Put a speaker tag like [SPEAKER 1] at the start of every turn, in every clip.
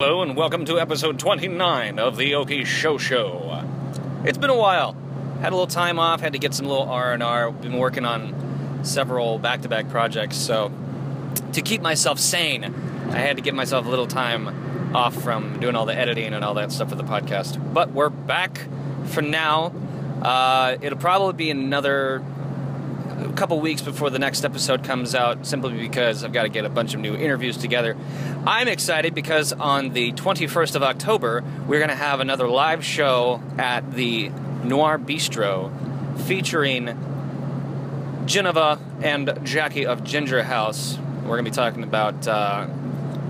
[SPEAKER 1] Hello and welcome to episode 29 of the Okie Show Show. It's been a while. Had a little time off. Had to get some little R and R. Been working on several back-to-back projects, so to keep myself sane, I had to give myself a little time off from doing all the editing and all that stuff for the podcast. But we're back for now. Uh, it'll probably be another a couple weeks before the next episode comes out simply because I've got to get a bunch of new interviews together. I'm excited because on the 21st of October, we're going to have another live show at the Noir Bistro featuring Geneva and Jackie of Ginger House. We're going to be talking about uh,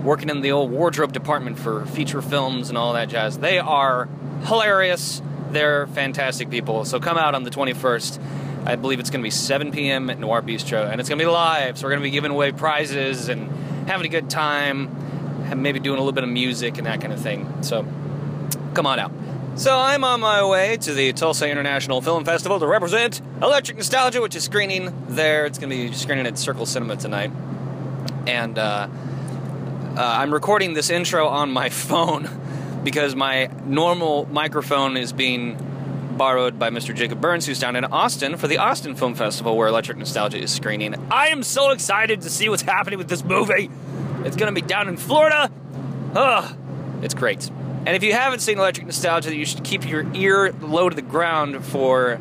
[SPEAKER 1] working in the old wardrobe department for feature films and all that jazz. They are hilarious. They're fantastic people. So come out on the 21st. I believe it's going to be 7 p.m. at Noir Bistro, and it's going to be live. So we're going to be giving away prizes and having a good time, and maybe doing a little bit of music and that kind of thing. So come on out. So I'm on my way to the Tulsa International Film Festival to represent Electric Nostalgia, which is screening there. It's going to be screening at Circle Cinema tonight, and. Uh, uh, I'm recording this intro on my phone because my normal microphone is being borrowed by Mr. Jacob Burns, who's down in Austin for the Austin Film Festival, where Electric Nostalgia is screening. I am so excited to see what's happening with this movie. It's going to be down in Florida. Ugh, it's great. And if you haven't seen Electric Nostalgia, you should keep your ear low to the ground for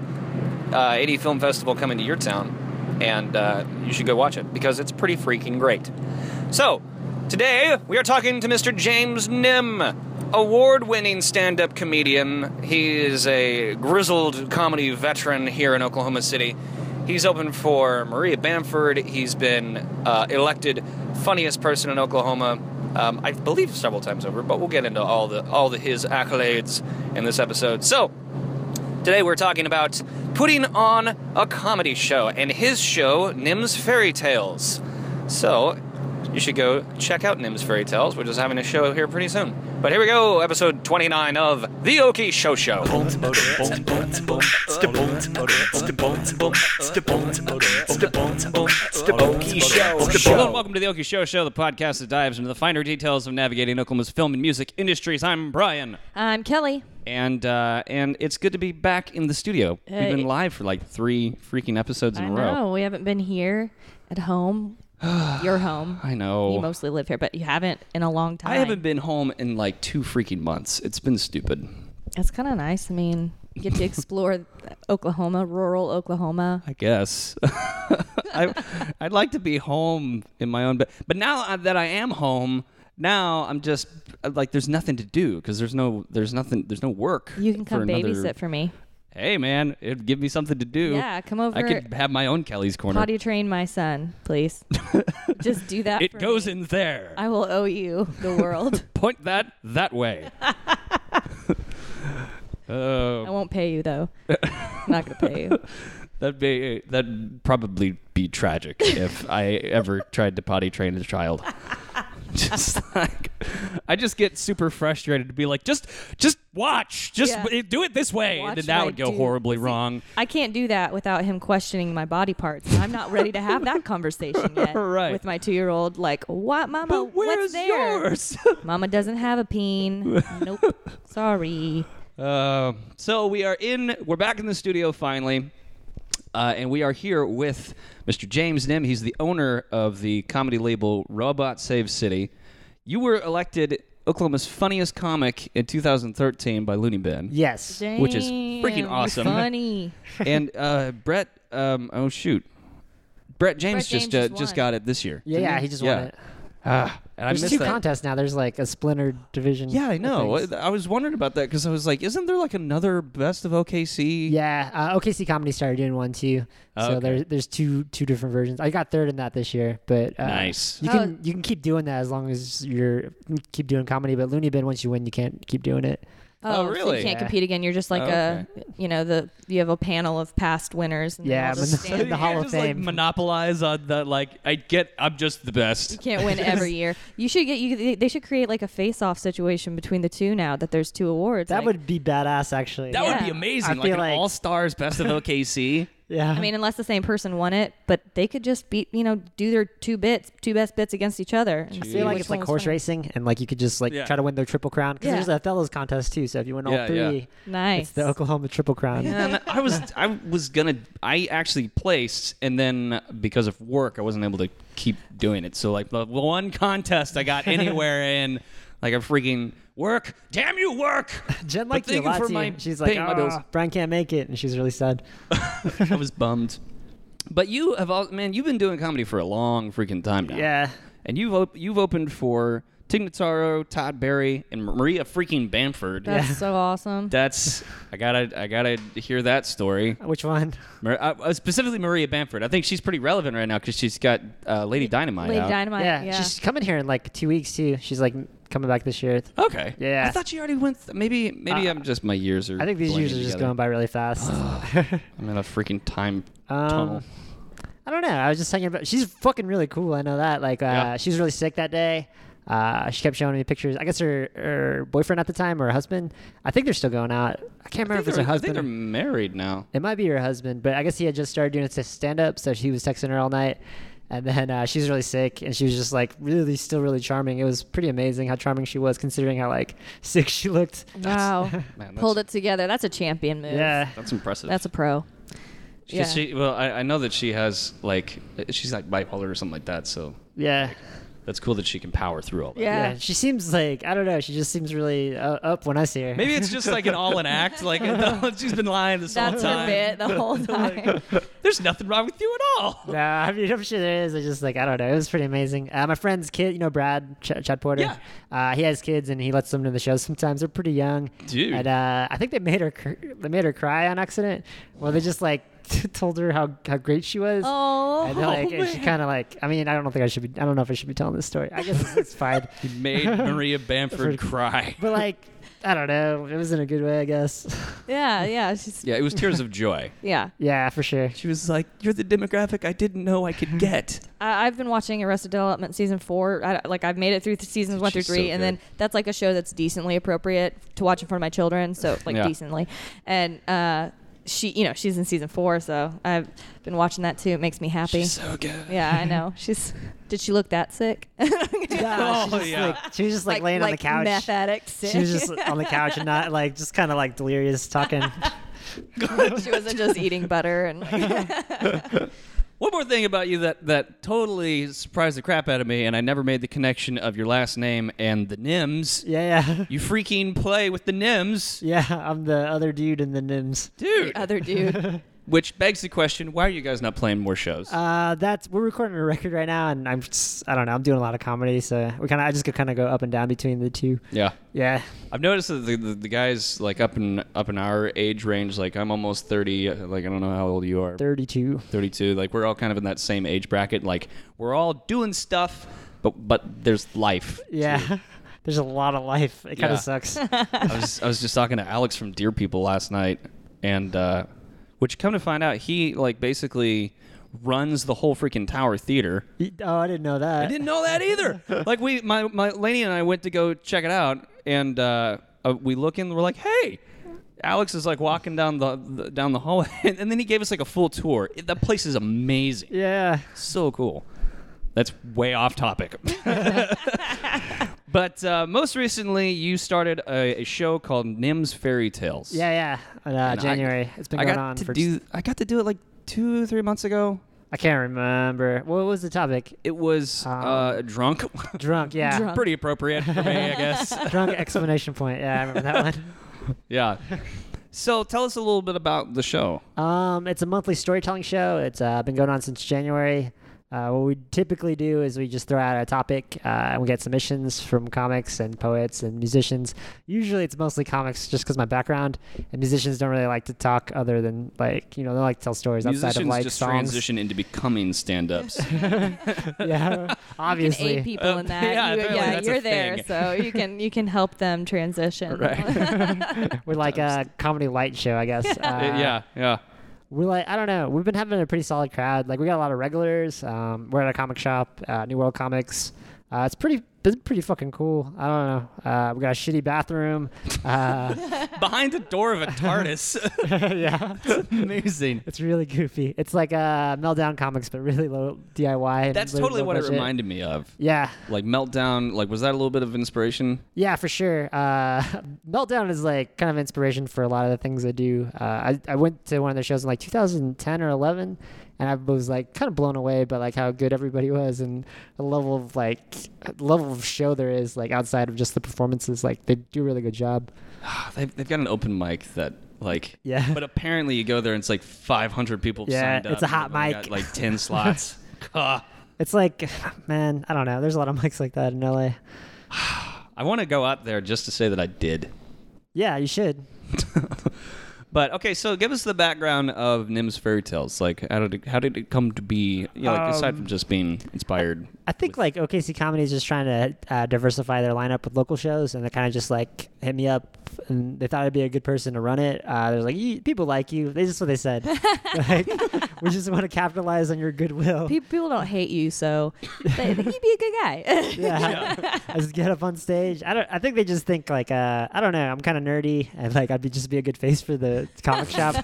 [SPEAKER 1] uh, 80 Film Festival coming to your town, and uh, you should go watch it because it's pretty freaking great. So, today we are talking to Mr. James Nim, award winning stand up comedian. He is a grizzled comedy veteran here in Oklahoma City. He's open for Maria Bamford. He's been uh, elected funniest person in Oklahoma, um, I believe several times over. But we'll get into all the all the his accolades in this episode. So Today we're talking about putting on a comedy show and his show, Nim's Fairy Tales. So you should go check out Nim's Fairy Tales, which is having a show here pretty soon. But here we go, episode 29 of The Okie Show Show.
[SPEAKER 2] Hello and
[SPEAKER 3] Show.
[SPEAKER 2] welcome to the Okie Show Show, the podcast that dives into the finer details of navigating Oklahoma's film and music industries. I'm Brian,
[SPEAKER 3] I'm Kelly.
[SPEAKER 2] and uh, and it's good to be back in the studio. We've
[SPEAKER 3] Hey.
[SPEAKER 2] been live for like three freaking episodes in
[SPEAKER 3] I
[SPEAKER 2] a row.
[SPEAKER 3] know we haven't been here at home. Your home.
[SPEAKER 2] I know.
[SPEAKER 3] You mostly live here, but you haven't in a long time.
[SPEAKER 2] I haven't been home in like two freaking months. It's been stupid.
[SPEAKER 3] It's kind of nice. I mean, you get to explore Oklahoma, rural Oklahoma.
[SPEAKER 2] I guess. I, I'd like to be home in my own bed. But now that I am home, now I'm just like there's nothing to do because there's no there's nothing there's no work.
[SPEAKER 3] You can come
[SPEAKER 2] for another-
[SPEAKER 3] babysit for me.
[SPEAKER 2] Hey man, it'd give me something to do.
[SPEAKER 3] Yeah, come
[SPEAKER 2] I
[SPEAKER 3] over.
[SPEAKER 2] could have my own Kelly's corner.
[SPEAKER 3] Potty train my son, please. Just do that.
[SPEAKER 2] it
[SPEAKER 3] for
[SPEAKER 2] goes
[SPEAKER 3] me.
[SPEAKER 2] in there.
[SPEAKER 3] I will owe you the world.
[SPEAKER 2] Point that that way.
[SPEAKER 3] I
[SPEAKER 2] Oh,
[SPEAKER 3] won't pay you though. I'm not gonna pay you.
[SPEAKER 2] that'd be that'd probably be tragic if I ever tried to potty train a child. Just like I just get super frustrated to be like, just just watch, just
[SPEAKER 3] Yeah.
[SPEAKER 2] do it this way, and
[SPEAKER 3] Watch
[SPEAKER 2] then
[SPEAKER 3] what
[SPEAKER 2] that
[SPEAKER 3] I
[SPEAKER 2] would go
[SPEAKER 3] do.
[SPEAKER 2] horribly
[SPEAKER 3] See,
[SPEAKER 2] wrong.
[SPEAKER 3] I can't do that without him questioning my body parts. I'm not ready to have that conversation yet
[SPEAKER 2] Right.
[SPEAKER 3] with my two-year-old. Like, what, Mama?
[SPEAKER 2] But
[SPEAKER 3] what's
[SPEAKER 2] where's
[SPEAKER 3] there?
[SPEAKER 2] yours?
[SPEAKER 3] Mama doesn't have a peen. nope. Sorry.
[SPEAKER 2] Um, so we are in. We're back in the studio finally, uh, and we are here with Mr. James Nim. He's the owner of the comedy label Robot Save City. You were elected Oklahoma's funniest comic in 2013 by Looney Bin.
[SPEAKER 4] Yes.
[SPEAKER 2] Which is freaking
[SPEAKER 3] Damn, you're
[SPEAKER 2] awesome.
[SPEAKER 3] Funny.
[SPEAKER 2] And uh, Brett. Um, oh shoot, Brett James,
[SPEAKER 3] Brett James
[SPEAKER 2] just uh,
[SPEAKER 3] just
[SPEAKER 2] just,
[SPEAKER 3] won.
[SPEAKER 2] got it this year.
[SPEAKER 4] Yeah, yeah, he just
[SPEAKER 2] Yeah.
[SPEAKER 4] won it.
[SPEAKER 2] Ah, and I
[SPEAKER 4] There's
[SPEAKER 2] missed
[SPEAKER 4] two
[SPEAKER 2] that.
[SPEAKER 4] contests now. There's like a splintered division.
[SPEAKER 2] Yeah, I
[SPEAKER 4] of
[SPEAKER 2] know.
[SPEAKER 4] things.
[SPEAKER 2] I, I was wondering about that because I was like, isn't there like another Best of OKC?
[SPEAKER 4] Yeah, uh, OKC Comedy started doing one too.
[SPEAKER 2] Oh,
[SPEAKER 4] so
[SPEAKER 2] okay.
[SPEAKER 4] there's there's two two different versions. I got third in that this year, but uh,
[SPEAKER 2] Nice.
[SPEAKER 4] You
[SPEAKER 3] Oh.
[SPEAKER 4] can you can keep doing that as long as you're keep doing comedy. But Looney Bin, once you win, you can't keep doing it.
[SPEAKER 2] Oh,
[SPEAKER 3] So you
[SPEAKER 2] really?
[SPEAKER 3] can't
[SPEAKER 4] Yeah.
[SPEAKER 3] compete again. You're just like
[SPEAKER 2] Okay.
[SPEAKER 3] a, you know, the you have a panel of past winners. And they
[SPEAKER 4] Yeah,
[SPEAKER 3] all just
[SPEAKER 4] but-
[SPEAKER 3] stand
[SPEAKER 4] the
[SPEAKER 3] there.
[SPEAKER 4] Hall of
[SPEAKER 2] just, like,
[SPEAKER 4] Fame.
[SPEAKER 2] monopolize on the like. I get. I'm just the
[SPEAKER 3] You
[SPEAKER 2] best.
[SPEAKER 3] can't win every year. You should get you. they- They should create like a face-off situation between the two now that there's two awards.
[SPEAKER 4] That
[SPEAKER 3] Like,
[SPEAKER 4] would be badass, actually.
[SPEAKER 2] That
[SPEAKER 3] Yeah.
[SPEAKER 2] would be amazing.
[SPEAKER 4] I
[SPEAKER 2] like
[SPEAKER 4] feel
[SPEAKER 2] an
[SPEAKER 4] like-
[SPEAKER 2] all stars best of OKC.
[SPEAKER 4] Yeah.
[SPEAKER 3] I mean, unless the same person won it, but they could just be, you know, do their two bits, two best bits against each other. and
[SPEAKER 1] I
[SPEAKER 4] I feel like
[SPEAKER 3] which
[SPEAKER 4] it's like
[SPEAKER 3] one was
[SPEAKER 4] horse
[SPEAKER 3] funnier.
[SPEAKER 4] racing, and like you could just like
[SPEAKER 1] Yeah.
[SPEAKER 4] try to win their triple crown because
[SPEAKER 3] Yeah.
[SPEAKER 4] there's the Othello's contest too. So if you win all
[SPEAKER 1] Yeah, yeah.
[SPEAKER 4] three,
[SPEAKER 3] Nice.
[SPEAKER 4] it's the Oklahoma triple crown.
[SPEAKER 1] Yeah, and I was I was gonna I actually placed and then because of work I wasn't able to keep doing it. So like the one contest I got anywhere in, like a freaking work. Damn you, work!
[SPEAKER 4] Jen
[SPEAKER 1] But
[SPEAKER 4] liked you a
[SPEAKER 1] thank you
[SPEAKER 4] lot
[SPEAKER 1] for
[SPEAKER 4] too.
[SPEAKER 1] my
[SPEAKER 4] She's like,
[SPEAKER 1] paying my bills."
[SPEAKER 4] "Ah, Brian can't make it, and she's really sad.
[SPEAKER 1] I was bummed. But you have all man, you've been doing comedy for a long freaking time now.
[SPEAKER 4] Yeah.
[SPEAKER 1] And you've op- you've opened for Tignataro, Todd Berry, and Maria freaking Bamford.
[SPEAKER 3] That's so awesome.
[SPEAKER 1] That's I gotta I gotta hear that story.
[SPEAKER 4] Which one?
[SPEAKER 1] Mar- uh, uh, specifically Maria Bamford. I think she's pretty relevant right now because she's got uh, Lady Dynamite.
[SPEAKER 3] Lady
[SPEAKER 1] out.
[SPEAKER 3] Dynamite.
[SPEAKER 4] yeah.
[SPEAKER 3] Yeah.
[SPEAKER 4] she's coming here in like two weeks too. She's like coming back this year.
[SPEAKER 1] Okay.
[SPEAKER 4] Yeah.
[SPEAKER 1] I thought she already went. Th- maybe maybe I'm just my years are.
[SPEAKER 4] I think these
[SPEAKER 1] blending
[SPEAKER 4] years are just
[SPEAKER 1] together.
[SPEAKER 4] going by really fast.
[SPEAKER 1] I'm in a freaking time
[SPEAKER 4] Um,
[SPEAKER 1] tunnel.
[SPEAKER 4] I don't know. I was just thinking about. She's fucking really cool. I know that. Like, uh,
[SPEAKER 1] Yeah.
[SPEAKER 4] she was really sick that day. Uh, she kept showing me pictures. I guess her, her boyfriend at the time or her husband. I think they're still going out. I can't remember
[SPEAKER 1] I
[SPEAKER 4] if
[SPEAKER 1] think,
[SPEAKER 4] it's her
[SPEAKER 1] they're, I think
[SPEAKER 4] husband.
[SPEAKER 1] they're married now.
[SPEAKER 4] It might be her husband, but I guess he had just started doing it stand up, so she was texting her all night. And then uh, she was really sick, and she was just like really, still really charming. It was pretty amazing how charming she was, considering how like sick she looked.
[SPEAKER 3] wow.
[SPEAKER 1] Man,
[SPEAKER 3] Pulled
[SPEAKER 1] that's-
[SPEAKER 3] it together. That's a champion move.
[SPEAKER 4] Yeah,
[SPEAKER 1] That's impressive.
[SPEAKER 3] That's a pro.
[SPEAKER 1] She-
[SPEAKER 3] yeah.
[SPEAKER 1] she- well, I, I know that she has like she's like bipolar or something like that. So
[SPEAKER 4] yeah,
[SPEAKER 1] that's cool that she can power through all that.
[SPEAKER 3] Yeah.
[SPEAKER 4] yeah. She seems like I don't know. She just seems really uh, up when I see her.
[SPEAKER 1] Maybe it's just like an all in act. Like she's been lying this
[SPEAKER 3] That's
[SPEAKER 1] whole
[SPEAKER 3] her
[SPEAKER 1] time.
[SPEAKER 3] bit the whole time.
[SPEAKER 1] There's nothing wrong with you at all.
[SPEAKER 4] No, I mean, I'm sure there is. I just like I don't know. It was pretty amazing. Uh, my friend's kid, you know, Brad Ch- Chad Porter.
[SPEAKER 1] Yeah.
[SPEAKER 4] Uh, he has kids, and he lets them to the show. Sometimes they're pretty young.
[SPEAKER 1] Dude.
[SPEAKER 4] And uh, I think they made her cr- they made her cry on accident. Well, they just like told her how, how great she was.
[SPEAKER 3] Oh,
[SPEAKER 4] And, like, and she kind of like. I mean, I don't think I should be. I don't know if I should be telling this story. I guess it's, it's fine.
[SPEAKER 1] He made Maria Bamford cry.
[SPEAKER 4] But like, I don't know. It was in a good way, I guess.
[SPEAKER 3] yeah, yeah. She's
[SPEAKER 1] Yeah, it was tears of joy.
[SPEAKER 3] yeah.
[SPEAKER 4] yeah, for sure.
[SPEAKER 1] She was like, "You're the demographic I didn't know I could get."
[SPEAKER 3] I, I've been watching Arrested Development season four. I, like I've made it through th- seasons one through
[SPEAKER 1] She's so
[SPEAKER 3] three, and
[SPEAKER 1] good.
[SPEAKER 3] then that's like a show that's decently appropriate to watch in front of my children. So like
[SPEAKER 1] Yeah.
[SPEAKER 3] decently, and uh, she, you know, she's in season four, so I've been watching that too. It makes me happy.
[SPEAKER 1] She's so good.
[SPEAKER 3] yeah, I know. She's. Did she look that sick?
[SPEAKER 4] Yeah, she,
[SPEAKER 1] Oh,
[SPEAKER 4] just,
[SPEAKER 1] yeah.
[SPEAKER 4] like, she was just like, laying on the couch.
[SPEAKER 3] Meth addict sick.
[SPEAKER 4] She was just on the couch and not like just kind of like delirious talking.
[SPEAKER 3] she wasn't just eating butter and.
[SPEAKER 1] One more thing about you that that totally surprised the crap out of me, and I never made the connection of your last name and the Nims.
[SPEAKER 4] yeah, yeah,
[SPEAKER 1] You freaking play with the Nims,
[SPEAKER 4] yeah. I'm the other dude in the Nims.
[SPEAKER 1] dude.
[SPEAKER 3] other dude.
[SPEAKER 1] Which begs the question: Why are you guys not playing more shows?
[SPEAKER 4] Uh, that's we're recording a record right now, and I'm s- I don't know. I'm doing a lot of comedy, so we kind of I just kind of go up and down between the two.
[SPEAKER 1] yeah.
[SPEAKER 4] Yeah,
[SPEAKER 1] I've noticed that the, the, the guys like up in up in our age range, like I'm almost thirty. uh, Like I don't know how old you are,
[SPEAKER 4] 32.
[SPEAKER 1] thirty-two. Like we're all kind of in that same age bracket. Like we're all doing stuff, but but there's life.
[SPEAKER 4] Yeah,
[SPEAKER 1] too.
[SPEAKER 4] there's a lot of life. It kind
[SPEAKER 1] Yeah.
[SPEAKER 4] of sucks.
[SPEAKER 1] I was I was just talking to Alex from Deer People last night, and uh, which come to find out, he like basically runs the whole freaking Tower Theater.
[SPEAKER 4] Y- oh, I didn't know that.
[SPEAKER 1] I didn't know that either. like we, my, my Lainey and I went to go check it out, and uh, uh, we look in. We're like, hey. Alex is like walking down the, the down the hallway, and, then he gave us like a full tour. It, that place is amazing,
[SPEAKER 4] Yeah,
[SPEAKER 1] so cool. That's way off topic. but uh, most recently, you started a, a show called Nim's Fairy Tales.
[SPEAKER 4] yeah, yeah. And, uh,
[SPEAKER 1] And I-
[SPEAKER 4] January. it's been
[SPEAKER 1] I
[SPEAKER 4] going
[SPEAKER 1] got
[SPEAKER 4] on
[SPEAKER 1] to
[SPEAKER 4] for.
[SPEAKER 1] do. I got to do it like two, three months ago.
[SPEAKER 4] I can't remember. What was the topic?
[SPEAKER 1] It was
[SPEAKER 4] Um,
[SPEAKER 1] uh, drunk.
[SPEAKER 4] Drunk. Yeah.
[SPEAKER 3] Drunk.
[SPEAKER 1] Pretty appropriate for me, I guess.
[SPEAKER 4] Drunk explanation point. Yeah, I remember that one.
[SPEAKER 1] Yeah. So tell us a little bit about the show.
[SPEAKER 4] Um, it's a monthly storytelling show. It's uh, been going on since January. Uh, what we typically do is we just throw out a topic uh, and we get submissions from comics and poets and musicians. Usually it's mostly comics just because my background and musicians don't really like to talk other than like, you know, they like to tell stories outside of
[SPEAKER 1] Musicians
[SPEAKER 4] like
[SPEAKER 1] just
[SPEAKER 4] songs.
[SPEAKER 1] transition into becoming stand-ups.
[SPEAKER 4] yeah,
[SPEAKER 3] You can aid
[SPEAKER 4] obviously.
[SPEAKER 3] people
[SPEAKER 1] Uh,
[SPEAKER 3] in that.
[SPEAKER 1] yeah,
[SPEAKER 3] you,
[SPEAKER 1] apparently that's a
[SPEAKER 3] you're there,
[SPEAKER 1] thing.
[SPEAKER 3] so you can you can help them transition.
[SPEAKER 4] We're like a comedy light show, I guess. Uh,
[SPEAKER 1] yeah, yeah.
[SPEAKER 4] we're like I don't know. We've been having a pretty solid crowd. Like we got a lot of regulars. Um, we're at a comic shop, uh, New World Comics. Uh, it's pretty been pretty fucking cool. I don't know. Uh, we got a shitty bathroom. Uh,
[SPEAKER 1] Behind the door of a TARDIS.
[SPEAKER 4] yeah,
[SPEAKER 1] Amazing.
[SPEAKER 4] it's really goofy. It's like uh, Meltdown Comics, but really low DIY. and
[SPEAKER 1] That's
[SPEAKER 4] low-
[SPEAKER 1] totally
[SPEAKER 4] low
[SPEAKER 1] what it
[SPEAKER 4] budget.
[SPEAKER 1] reminded me of.
[SPEAKER 4] Yeah,
[SPEAKER 1] Like meltdown. Like was that a little bit of inspiration?
[SPEAKER 4] Yeah, for sure. Uh, Meltdown is like kind of inspiration for a lot of the things I do. Uh, I, I went to one of their shows in like 2010 or 11, and I was like kind of blown away by like how good everybody was and the level of like level of show there is like outside of just the performances. Like they do a really good job.
[SPEAKER 1] Ah, They've, they've got an open mic that like
[SPEAKER 4] Yeah.
[SPEAKER 1] But apparently you go there and it's like 500 people
[SPEAKER 4] Yeah,
[SPEAKER 1] signed up.
[SPEAKER 4] it's a hot
[SPEAKER 1] They've only
[SPEAKER 4] mic.
[SPEAKER 1] Got like 10 slots. Ah,
[SPEAKER 4] It's like, man, I don't know. There's a lot of mics like that in LA.
[SPEAKER 1] I want to go out there just to say that I did.
[SPEAKER 4] Yeah, you should.
[SPEAKER 1] But okay, so give us the background of Nim's Fairy Tales. Like, how did it, how did it come to be? You know, like
[SPEAKER 4] Um,
[SPEAKER 1] aside from just being inspired.
[SPEAKER 4] I think like OKC Comedy is just trying to uh, diversify their lineup with local shows, and they kind of just like hit me up, and they thought I'd be a good person to run it. Uh, they're like, "You- people like you. They just what they said. like, we just want to capitalize on your goodwill.
[SPEAKER 3] Pe- People don't hate you, so they, they- you'd be a good guy.
[SPEAKER 4] yeah. I just get up on stage. I don't. I think they just think like uh, I don't know. I'm kind of nerdy, and like I'd be just be a good face for the comic shop.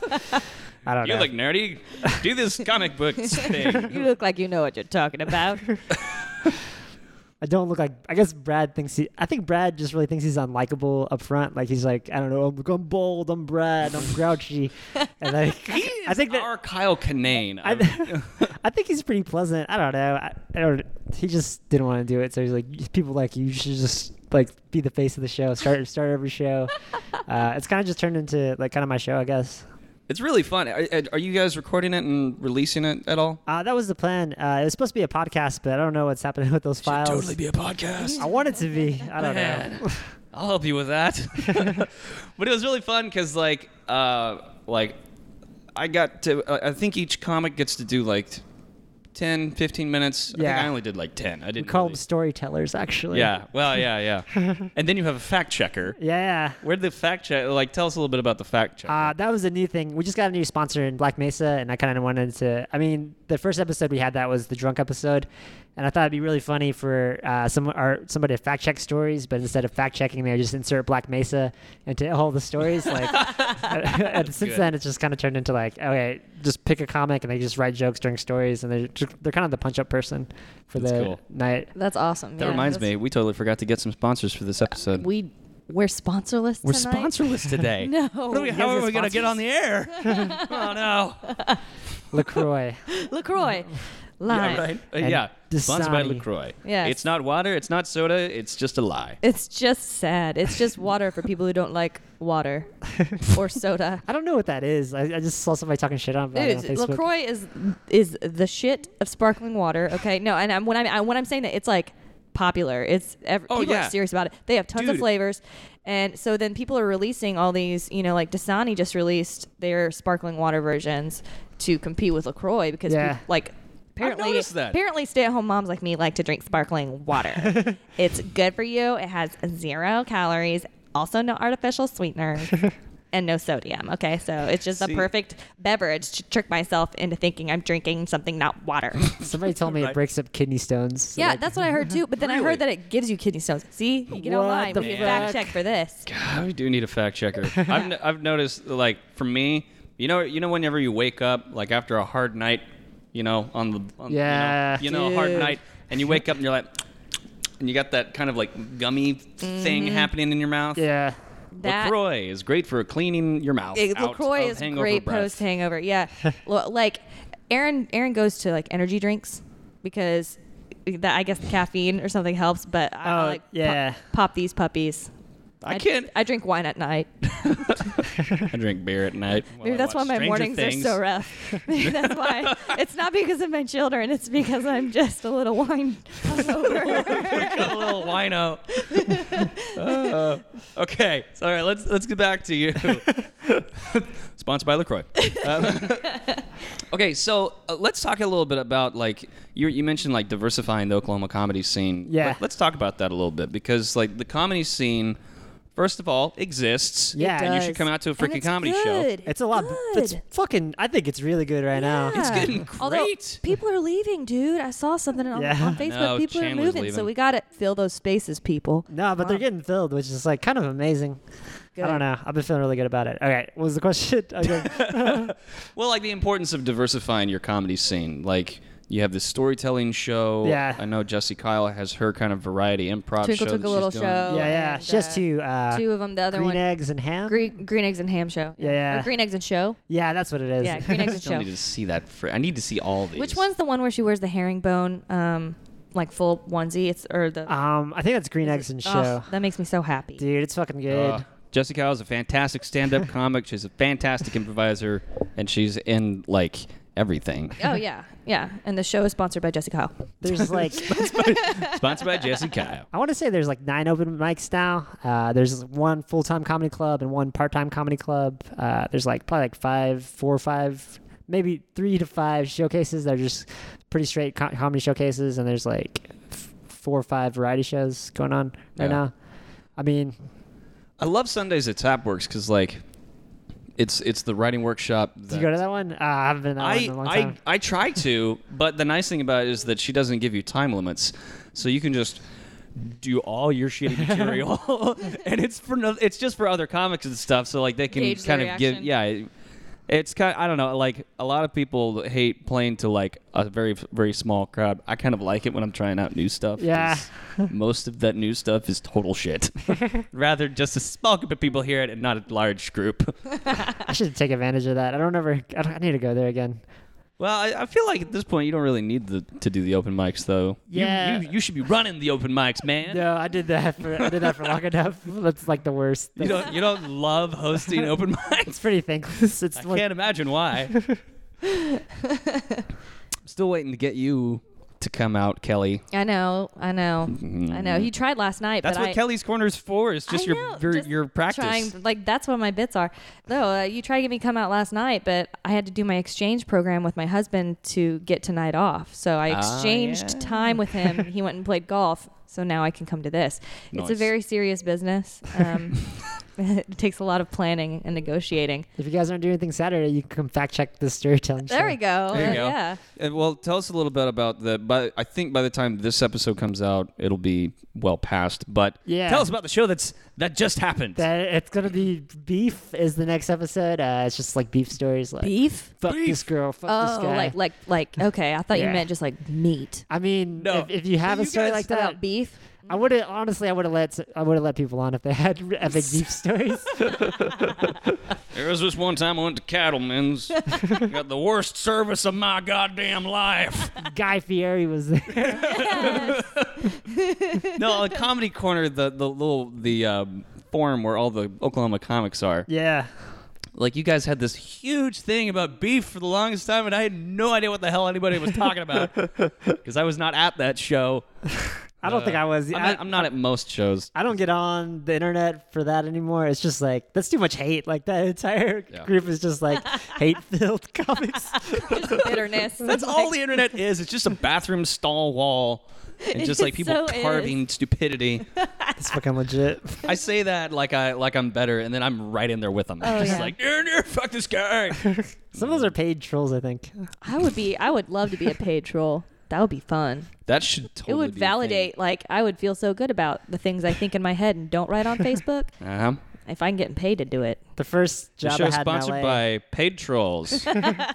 [SPEAKER 4] I don't
[SPEAKER 1] You
[SPEAKER 4] know.
[SPEAKER 1] look nerdy. Do this comic book thing.
[SPEAKER 3] you look like you know what you're talking about.
[SPEAKER 4] I don't look like. I guess Brad thinks he. I think Brad just really thinks he's unlikable up front. Like he's like, I don't know. I'm, I'm bold. I'm Brad. I'm grouchy. And like, I think that.
[SPEAKER 1] Our Kyle Kinane.
[SPEAKER 4] I, I think he's pretty pleasant. I don't know. I, I don't. He just didn't want to do it. So he's like, people like you should just like be the face of the show. Start start every show. Uh, it's kind of just turned into like kind of my show, I guess.
[SPEAKER 1] It's really fun. Are, are you guys recording it and releasing it at all?
[SPEAKER 4] Uh, that was the plan. Uh, it was supposed to be a podcast, but I don't know what's happening with those files.
[SPEAKER 1] be a podcast.
[SPEAKER 4] I want it to be. I don't know.
[SPEAKER 1] I'll help you with that. but it was really fun because, like, uh, like I got to. I I think each comic gets to do like 10, 15 minutes. I think
[SPEAKER 4] Yeah.
[SPEAKER 1] I only did like ten. I didn't.
[SPEAKER 4] Call
[SPEAKER 1] really-
[SPEAKER 4] them storytellers, actually.
[SPEAKER 1] Yeah. Well, yeah, yeah. and then you have a fact checker.
[SPEAKER 4] Yeah.
[SPEAKER 1] Where'd the fact check? Like, tell us a little bit about the fact checker.
[SPEAKER 4] Uh, that was a new thing. We just got a new sponsor in Black Mesa, and I kind of wanted to. I mean, the first episode we had that was the drunk episode, and I thought it'd be really funny for uh, some or somebody to fact check stories, but instead of fact checking, they would just insert Black Mesa into all the stories. Like, and since
[SPEAKER 1] good.
[SPEAKER 4] then, it's just kind of turned into like, okay, just pick a comic, and they just write jokes during stories, and they're just, they're kind of the punch up person for
[SPEAKER 1] That's
[SPEAKER 4] the
[SPEAKER 1] cool.
[SPEAKER 4] night.
[SPEAKER 3] That's awesome.
[SPEAKER 1] that
[SPEAKER 3] yeah,
[SPEAKER 1] reminds
[SPEAKER 3] that's-
[SPEAKER 1] me, we totally forgot to get some sponsors for this episode.
[SPEAKER 3] We we're sponsorless.
[SPEAKER 1] We're
[SPEAKER 3] tonight?
[SPEAKER 1] sponsorless today.
[SPEAKER 3] No.
[SPEAKER 1] What are we,
[SPEAKER 3] You
[SPEAKER 1] how
[SPEAKER 4] guys
[SPEAKER 1] are
[SPEAKER 4] are
[SPEAKER 1] we going to get
[SPEAKER 4] sponsors?
[SPEAKER 1] on the air? oh, no.
[SPEAKER 4] Lacroix.
[SPEAKER 3] Lacroix. Lime.
[SPEAKER 1] Uh,
[SPEAKER 4] And
[SPEAKER 1] yeah. Sponsored by
[SPEAKER 4] Dasani.
[SPEAKER 1] LaCroix.
[SPEAKER 3] Yes.
[SPEAKER 1] It's not water. It's not soda. It's just a lie.
[SPEAKER 3] It's just sad. It's just water for people who don't like water or soda.
[SPEAKER 4] I don't know what that is. I, I just saw somebody talking shit on about it on
[SPEAKER 3] Dude,
[SPEAKER 4] Facebook.
[SPEAKER 3] Lacroix is is the shit of sparkling water. Okay, no, and I'm, when I'm I, when I'm saying that, it's like popular. It's ev-
[SPEAKER 1] Oh,
[SPEAKER 3] people
[SPEAKER 1] yeah.
[SPEAKER 3] are serious about it. They have tons
[SPEAKER 1] Dude.
[SPEAKER 3] of flavors, and so then people are releasing all these. You know, like Dasani just released their sparkling water versions to compete with Lacroix because
[SPEAKER 4] Yeah.
[SPEAKER 3] peop- like. Apparently,
[SPEAKER 1] noticed that.
[SPEAKER 3] apparently, stay-at-home moms like me like to drink sparkling water. it's good for you. It has zero calories, also no artificial sweeteners, and no sodium. Okay, so it's just
[SPEAKER 1] See-
[SPEAKER 3] the perfect beverage to trick myself into thinking I'm drinking something not water.
[SPEAKER 4] Somebody told me
[SPEAKER 1] Right.
[SPEAKER 4] it breaks up kidney stones. so,
[SPEAKER 3] yeah,
[SPEAKER 4] like,
[SPEAKER 3] that's what I heard too. But then I
[SPEAKER 1] Really?
[SPEAKER 3] heard that it gives you kidney stones. See, you get
[SPEAKER 4] What
[SPEAKER 3] online.
[SPEAKER 4] the
[SPEAKER 3] We can
[SPEAKER 1] fuck?
[SPEAKER 3] fact check for this.
[SPEAKER 1] God, we do need a fact checker. I've, n- I've noticed, like, for me, you know, you know, whenever you wake up, like after a hard night, you know, on the on, you know-
[SPEAKER 4] Yeah.
[SPEAKER 1] you know, a hard
[SPEAKER 3] Dude.
[SPEAKER 1] night, and you wake up and you're like, and you got that kind of like gummy thing happening in your mouth.
[SPEAKER 4] Yeah.
[SPEAKER 3] That
[SPEAKER 1] Lacroix is great for cleaning your mouth.
[SPEAKER 3] it,
[SPEAKER 1] out
[SPEAKER 3] Lacroix
[SPEAKER 1] of
[SPEAKER 3] is
[SPEAKER 1] hangover
[SPEAKER 3] great
[SPEAKER 1] breath.
[SPEAKER 3] post hangover. Yeah, Lo- like Aaron. Aaron goes to like energy drinks because that I guess the caffeine or something helps. But I I
[SPEAKER 4] Oh,
[SPEAKER 3] like pop-
[SPEAKER 4] yeah.
[SPEAKER 3] pop, these puppies.
[SPEAKER 1] I can't.
[SPEAKER 3] I drink wine at night.
[SPEAKER 1] I drink beer at night. while
[SPEAKER 3] Maybe
[SPEAKER 1] I
[SPEAKER 3] that's why
[SPEAKER 1] watch
[SPEAKER 3] my
[SPEAKER 1] Stranger
[SPEAKER 3] mornings
[SPEAKER 1] Things.
[SPEAKER 3] are so rough. Maybe that's why. It's not because of my children. It's because I'm just a little wine hungover.
[SPEAKER 1] a little wino. Uh, okay, so, all right. Let's let's get back to you. Sponsored by Lacroix. Um, okay, so uh, let's talk a little bit about like you you mentioned like diversifying the Oklahoma comedy scene.
[SPEAKER 4] Yeah.
[SPEAKER 1] Let, us talk about that a little bit because like the comedy scene first of all, exists.
[SPEAKER 4] Yeah.
[SPEAKER 3] It
[SPEAKER 4] and you should
[SPEAKER 3] does.
[SPEAKER 1] come out to a
[SPEAKER 3] And
[SPEAKER 1] freaking
[SPEAKER 3] it's
[SPEAKER 1] comedy show.
[SPEAKER 3] good.
[SPEAKER 4] It's a lot. It's
[SPEAKER 3] good.
[SPEAKER 4] fucking. I think it's really good right now.
[SPEAKER 3] Yeah.
[SPEAKER 1] getting
[SPEAKER 3] Although,
[SPEAKER 1] great.
[SPEAKER 3] people are leaving, dude. I saw something on,
[SPEAKER 4] Yeah.
[SPEAKER 3] on Facebook.
[SPEAKER 1] No,
[SPEAKER 3] people
[SPEAKER 1] Chandler's
[SPEAKER 3] are moving, so
[SPEAKER 1] leaving.
[SPEAKER 3] we got to fill those spaces, people.
[SPEAKER 4] No, but they're getting filled, which is like kind of amazing. I
[SPEAKER 3] Good.
[SPEAKER 4] don't know. I've been feeling really good about it. Okay, what was the question? Oh, Okay.
[SPEAKER 1] Well, like the importance of diversifying your comedy scene. Like you have this storytelling show.
[SPEAKER 4] Yeah.
[SPEAKER 1] I know Jesse Kyle has her kind of variety improv
[SPEAKER 3] Twinkle
[SPEAKER 1] show. that
[SPEAKER 3] Twinkle
[SPEAKER 1] she's
[SPEAKER 3] Little
[SPEAKER 1] doing.
[SPEAKER 4] yeah,
[SPEAKER 3] Show.
[SPEAKER 4] yeah.
[SPEAKER 3] and,
[SPEAKER 4] She has
[SPEAKER 3] uh,
[SPEAKER 4] two. Uh,
[SPEAKER 3] Two of them. The other
[SPEAKER 4] green
[SPEAKER 3] one,
[SPEAKER 4] eggs and ham.
[SPEAKER 3] green, green eggs and ham show.
[SPEAKER 4] Yeah, yeah.
[SPEAKER 3] Or green eggs and show.
[SPEAKER 4] Yeah, that's what it is.
[SPEAKER 3] Yeah, green eggs and
[SPEAKER 1] Still
[SPEAKER 3] show.
[SPEAKER 1] need to see that. For, I need to see all these.
[SPEAKER 3] Which one's the one where she wears the herringbone, um, like full onesie? It's or the
[SPEAKER 4] um, I think that's green eggs and show.
[SPEAKER 3] Oh, that makes me so happy.
[SPEAKER 4] Dude, it's fucking good.
[SPEAKER 1] Uh, Jesse Kyle is a fantastic stand-up comic. She's a fantastic improviser, and she's in like everything.
[SPEAKER 3] Oh yeah, yeah. And the show is sponsored by Jesse Kyle.
[SPEAKER 4] There's like,
[SPEAKER 1] Sponsored by Jesse Kyle.
[SPEAKER 4] I want to say there's like nine open mics now. Uh, there's one full time comedy club and one part time comedy club. Uh, there's like probably like five, four or five, maybe three to five showcases that are just pretty straight co- comedy showcases. And there's like f- four or five variety shows going on
[SPEAKER 1] Yeah.
[SPEAKER 4] right now. I mean,
[SPEAKER 1] I love Sundays at Tapworks because like, it's it's the writing workshop.
[SPEAKER 4] did you go to that one? Uh, I haven't been to that one
[SPEAKER 1] I,
[SPEAKER 4] in a long
[SPEAKER 1] I,
[SPEAKER 4] time.
[SPEAKER 1] I try to, but the nice thing about it is that she doesn't give you time limits. So you can just do all your shitty material and it's for no, it's just for other comics and stuff so like they can
[SPEAKER 3] Gauge their
[SPEAKER 1] kind of give
[SPEAKER 3] reaction.
[SPEAKER 1] yeah it- it's kind I don't know like a lot of people hate playing to like a very very small crowd I kind of like it when I'm trying out new stuff 'cause
[SPEAKER 4] Yeah.
[SPEAKER 1] most of that new stuff is total shit rather just a small group of people hear it and not a large group
[SPEAKER 4] I should take advantage of that. I don't ever. I, don't, I need to go there again.
[SPEAKER 1] Well, I, I feel like at this point you don't really need the, to do the open mics though. You-
[SPEAKER 4] Yeah.
[SPEAKER 1] you, you, should be running the open mics, man.
[SPEAKER 4] No, I did that for I did that for long enough. That's like the worst.
[SPEAKER 1] You don't you don't love hosting open mics.
[SPEAKER 4] It's pretty thankless. It's
[SPEAKER 1] I
[SPEAKER 4] what-
[SPEAKER 1] can't imagine why. I'm still waiting to get you to come out, Kelly.
[SPEAKER 3] I know, I know, I know. He tried last night,
[SPEAKER 1] That's
[SPEAKER 3] but
[SPEAKER 1] what
[SPEAKER 3] I,
[SPEAKER 1] Kelly's corners for. Is just
[SPEAKER 3] I know,
[SPEAKER 1] your your,
[SPEAKER 3] just
[SPEAKER 1] your practice.
[SPEAKER 3] Trying, like that's what my bits are. Though uh, you tried to get me to come out last night, but I had to do my exchange program with my husband to get tonight off. So I
[SPEAKER 1] Ah,
[SPEAKER 3] exchanged
[SPEAKER 1] yeah.
[SPEAKER 3] time with him. he went and played golf. So now I can come to this. It's a
[SPEAKER 1] Nice.
[SPEAKER 3] very serious business. Um, it takes a lot of planning and negotiating.
[SPEAKER 4] If you guys aren't doing anything Saturday, you can come fact check the storytelling.
[SPEAKER 3] There
[SPEAKER 4] show.
[SPEAKER 3] we go.
[SPEAKER 1] There you go.
[SPEAKER 3] Yeah.
[SPEAKER 1] And, well, tell us a little bit about the. But I think by the time this episode comes out, it'll be well past. But
[SPEAKER 4] Yeah.
[SPEAKER 1] tell us about the show that's that just happened.
[SPEAKER 4] That it's gonna be beef is the next episode. Uh, it's just like beef stories, like
[SPEAKER 3] Beef.
[SPEAKER 4] fuck
[SPEAKER 1] Beef.
[SPEAKER 4] this girl, fuck this
[SPEAKER 3] Oh,
[SPEAKER 4] guy.
[SPEAKER 3] like like like. Okay, I thought
[SPEAKER 4] Yeah.
[SPEAKER 3] you meant just like meat.
[SPEAKER 4] I mean,
[SPEAKER 1] No.
[SPEAKER 4] if, if you have
[SPEAKER 1] You
[SPEAKER 4] a story
[SPEAKER 1] guys-
[SPEAKER 4] like that,
[SPEAKER 3] About beef.
[SPEAKER 4] I would have honestly, I would have let I would have let people on if they had epic beef stories.
[SPEAKER 1] There was this one time I went to Cattleman's, got the worst service of my goddamn life.
[SPEAKER 4] Guy Fieri was there.
[SPEAKER 1] No, a comedy corner, the the little the um, forum where all the Oklahoma comics are.
[SPEAKER 4] Yeah,
[SPEAKER 1] Like you guys had this huge thing about beef for the longest time, and I had no idea what the hell anybody was talking about because I was not at that show.
[SPEAKER 4] I don't think I was.
[SPEAKER 1] I'm,
[SPEAKER 4] I,
[SPEAKER 1] not, I'm not at most shows.
[SPEAKER 4] I don't get on the internet for that anymore. It's just like that's too much hate. Like that entire
[SPEAKER 1] Yeah.
[SPEAKER 4] group is just like hate-filled comics.
[SPEAKER 3] Just bitterness.
[SPEAKER 1] That's all the internet is. It's just a bathroom stall wall and just like people
[SPEAKER 3] so is.
[SPEAKER 1] carving stupidity.
[SPEAKER 4] It's fucking legit.
[SPEAKER 1] I say that like I like I'm better, and then I'm right in there with them.
[SPEAKER 3] Oh,
[SPEAKER 1] just
[SPEAKER 3] yeah.
[SPEAKER 1] like, "Ner, ner, fuck this guy.
[SPEAKER 4] Some of those are paid trolls, I think.
[SPEAKER 3] I would be. I would love to be a paid troll. That would be fun.
[SPEAKER 1] That should totally.
[SPEAKER 3] it would validate. Like I would feel so good about the things I think in my head and don't write on Facebook.
[SPEAKER 1] Uh huh.
[SPEAKER 3] if I'm getting paid to do it,
[SPEAKER 4] The first
[SPEAKER 1] The
[SPEAKER 4] job
[SPEAKER 1] show
[SPEAKER 4] I had
[SPEAKER 1] sponsored
[SPEAKER 4] in LA,
[SPEAKER 1] by paid trolls.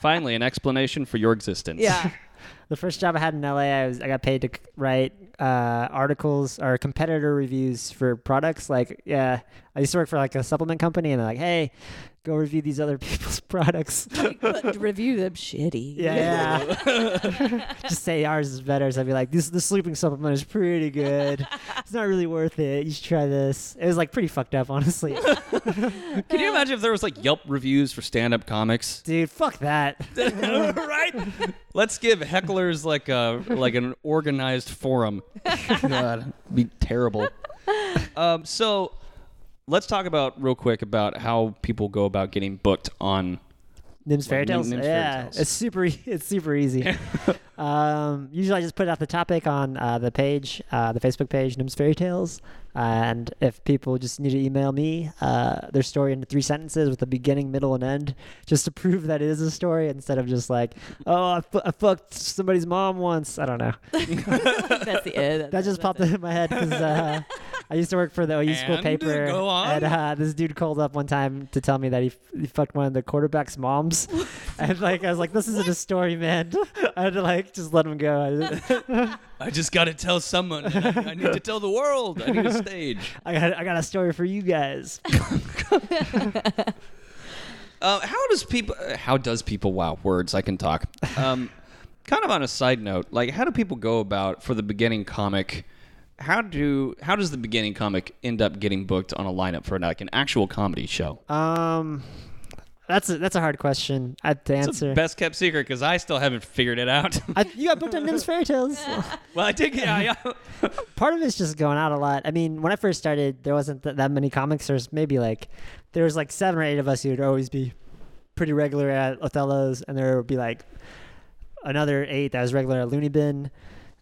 [SPEAKER 1] Finally, an explanation for your existence.
[SPEAKER 4] the first job I had in LA, I was I got paid to c- write uh, articles or competitor reviews for products. Like, yeah, I used to work for like a supplement company, and they're like, hey, go review these other people's products.
[SPEAKER 3] review them shitty.
[SPEAKER 4] yeah, yeah. just say ours is better. So I'd be like, this the sleeping supplement is pretty good. It's not really worth it. You should try this. It was like pretty fucked up, honestly.
[SPEAKER 1] Can you imagine if there was like Yelp reviews for stand-up comics?
[SPEAKER 4] Dude, fuck that.
[SPEAKER 1] right. Let's give hecklers like a like an organized forum. God, be terrible. Um, so let's talk about real quick about how people go about getting booked on
[SPEAKER 4] Nims Fairy
[SPEAKER 1] Nim-
[SPEAKER 4] Tales.
[SPEAKER 1] Nim's Fairy
[SPEAKER 4] yeah,
[SPEAKER 1] Tales.
[SPEAKER 4] it's super. e- It's super easy. um, usually, I just put out the topic on uh, the page, uh, the Facebook page, Nims Fairy Tales, and if people just need to email me uh, their story into three sentences with a beginning, middle, and end, just to prove that it is a story instead of just like, oh, I, fu- I fucked somebody's mom once. I don't know.
[SPEAKER 3] That's the end.
[SPEAKER 4] That just popped into my head because uh, I used to work for the OU school
[SPEAKER 1] And
[SPEAKER 4] paper,
[SPEAKER 1] go on.
[SPEAKER 4] and uh, this dude called up one time to tell me that he, f- he fucked one of the quarterback's moms, and like I was like, "This isn't a story, man." I had to like just let him go. I, didn't-
[SPEAKER 1] I just got to tell someone. I need to tell the world. I need a stage.
[SPEAKER 4] I got I got a story for you guys.
[SPEAKER 1] Uh, how does people? uh, How does people? Wow, words I can talk. Um, kind of on a side note, like how do people go about for the beginning comic? How do how does the beginning comic end up getting booked on a lineup for like an actual comedy show?
[SPEAKER 4] Um, that's a, that's a hard question I have to
[SPEAKER 1] It's
[SPEAKER 4] answer.
[SPEAKER 1] a best kept secret because I still haven't figured it out.
[SPEAKER 4] I, you got booked on Nims Fairy Tales.
[SPEAKER 1] well, I uh, did. Yeah, yeah.
[SPEAKER 4] part of it's just going out a lot. I mean, when I first started, there wasn't th- that many comics. There's maybe like there was like seven or eight of us who would always be pretty regular at Othello's, and there would be like another eight that was regular at Looney Bin.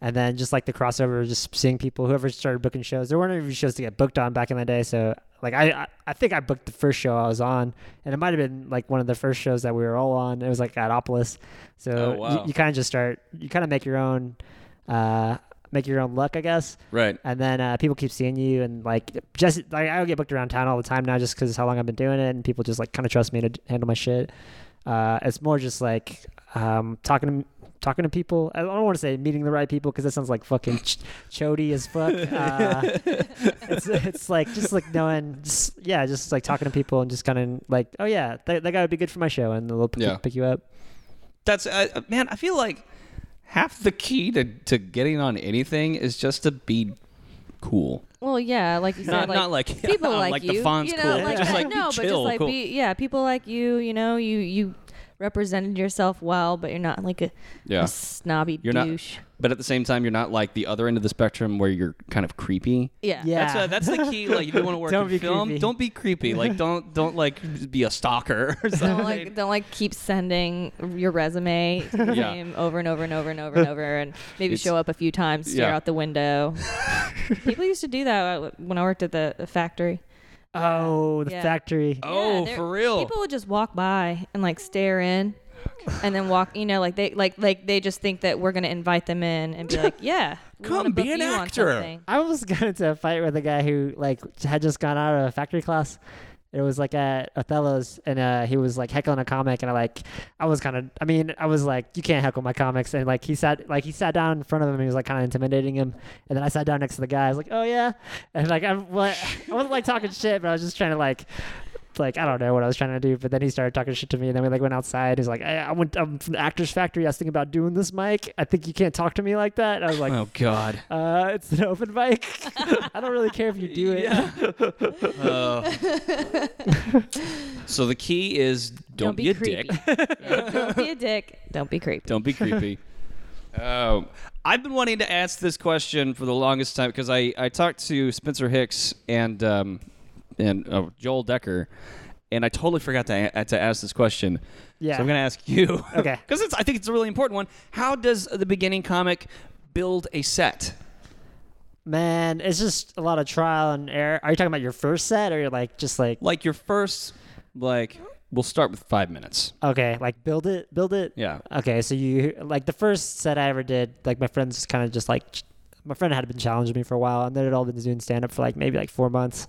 [SPEAKER 4] And then just like the crossover, just seeing people, whoever started booking shows. There weren't any shows to get booked on back in the day. So, like, I, I, I think I booked the first show I was on, and it might have been like one of the first shows that we were all on. It was like Adopolis. So,
[SPEAKER 1] Oh,
[SPEAKER 4] you-
[SPEAKER 1] wow.
[SPEAKER 4] you, kind of just start, you kind of make your own, uh, make your own luck, I guess
[SPEAKER 1] right.
[SPEAKER 4] and then uh, people keep seeing you and like just like I get booked around town all the time now just because how long I've been doing it and people just like kind of trust me to d- handle my shit. Uh, it's more just like um, talking to talking to people. I don't want to say meeting the right people because that sounds like fucking ch- chody as fuck. Uh, it's it's like just like knowing, just, yeah, just like talking to people and just kind of like oh yeah, that, that guy would be good for my show and they'll pick,
[SPEAKER 1] Yeah.
[SPEAKER 4] pick you up.
[SPEAKER 1] That's uh, man. I feel like half the key to to getting on anything is just to be cool.
[SPEAKER 3] Well, yeah, like you said,
[SPEAKER 1] Not-
[SPEAKER 3] like,
[SPEAKER 1] not like,
[SPEAKER 3] people
[SPEAKER 1] "I'm
[SPEAKER 3] like,
[SPEAKER 1] like
[SPEAKER 3] you,
[SPEAKER 1] the font's
[SPEAKER 3] you know,
[SPEAKER 1] cool."
[SPEAKER 3] like,
[SPEAKER 1] Just
[SPEAKER 3] that.
[SPEAKER 1] like, be
[SPEAKER 3] no, but just
[SPEAKER 1] chill,
[SPEAKER 3] like
[SPEAKER 1] cool.
[SPEAKER 3] be, yeah, people like you, you know, you you represented yourself well, but you're not like a,
[SPEAKER 1] Yeah.
[SPEAKER 3] a snobby
[SPEAKER 1] You're not-
[SPEAKER 3] douche.
[SPEAKER 1] But at the same time, you're not like the other end of the spectrum where you're kind of creepy.
[SPEAKER 3] yeah,
[SPEAKER 4] Yeah.
[SPEAKER 1] That's uh that's the key. Like, if you want to work
[SPEAKER 4] Don't
[SPEAKER 1] in
[SPEAKER 4] be
[SPEAKER 1] film,
[SPEAKER 4] creepy.
[SPEAKER 1] don't be creepy. Like, don't don't like be a stalker or something.
[SPEAKER 3] Don't like don't like keep sending your resume to the
[SPEAKER 1] Yeah.
[SPEAKER 3] same over and over and over and over and over and maybe
[SPEAKER 1] It's-
[SPEAKER 3] show up a few times, stare
[SPEAKER 1] Yeah.
[SPEAKER 3] out the window. People used to do that when I worked at the the factory.
[SPEAKER 4] Oh, the
[SPEAKER 3] Yeah.
[SPEAKER 4] factory.
[SPEAKER 1] oh,
[SPEAKER 3] there-
[SPEAKER 1] for real?
[SPEAKER 3] People would just walk by and like stare in, and then walk. You know, like they like like they just think that we're gonna invite them in and be like, yeah, we
[SPEAKER 1] Come
[SPEAKER 3] wanna
[SPEAKER 1] be
[SPEAKER 3] book
[SPEAKER 1] an
[SPEAKER 3] you on
[SPEAKER 1] actor.
[SPEAKER 3] something."
[SPEAKER 4] I almost got into a fight with a guy who like had just gone out of a factory class. It was like at Othello's, and uh, he was like heckling a comic, and I like, I was kind of, I mean, I was like, you can't heckle my comics, and like he sat, like he sat down in front of him, and he was like kind of intimidating him, and then I sat down next to the guy, I was like, oh yeah, and like I'm, like, I wasn't like talking shit, but I was just trying to like, like I don't know what I was trying to do, but then he started talking shit to me, and then we like went outside. He's like, I, I went, I'm from the Actors Factory. I was thinking about doing this, Mike. I think you can't talk to me like that. And I was like,
[SPEAKER 1] oh God.
[SPEAKER 4] uh, it's an open mic. I don't really care if you do it.
[SPEAKER 1] Yeah. Oh. so the key is don't, be, a
[SPEAKER 3] creepy.
[SPEAKER 1] dick.
[SPEAKER 3] Yeah, don't be a dick. Don't be creepy.
[SPEAKER 1] Don't be creepy. Oh, I've been wanting to ask this question for the longest time because I, I talked to Spencer Hicks and um, and uh, Joel Decker, and I totally forgot to a- to ask this question.
[SPEAKER 4] Yeah.
[SPEAKER 1] so I'm gonna ask you.
[SPEAKER 4] Okay.
[SPEAKER 1] because it's I think it's a really important one. How does the beginning comic build a set?
[SPEAKER 4] Man, it's just a lot of trial and error. Are you talking about your first set or you're like just like
[SPEAKER 1] Like your first, like we'll start with five minutes.
[SPEAKER 4] okay, like build it, build it?
[SPEAKER 1] Yeah.
[SPEAKER 4] Okay, so you like the first set I ever did, like my friends kind of just like ch- my friend had been challenging me for a while and they had all been doing stand up for like maybe like 4 months.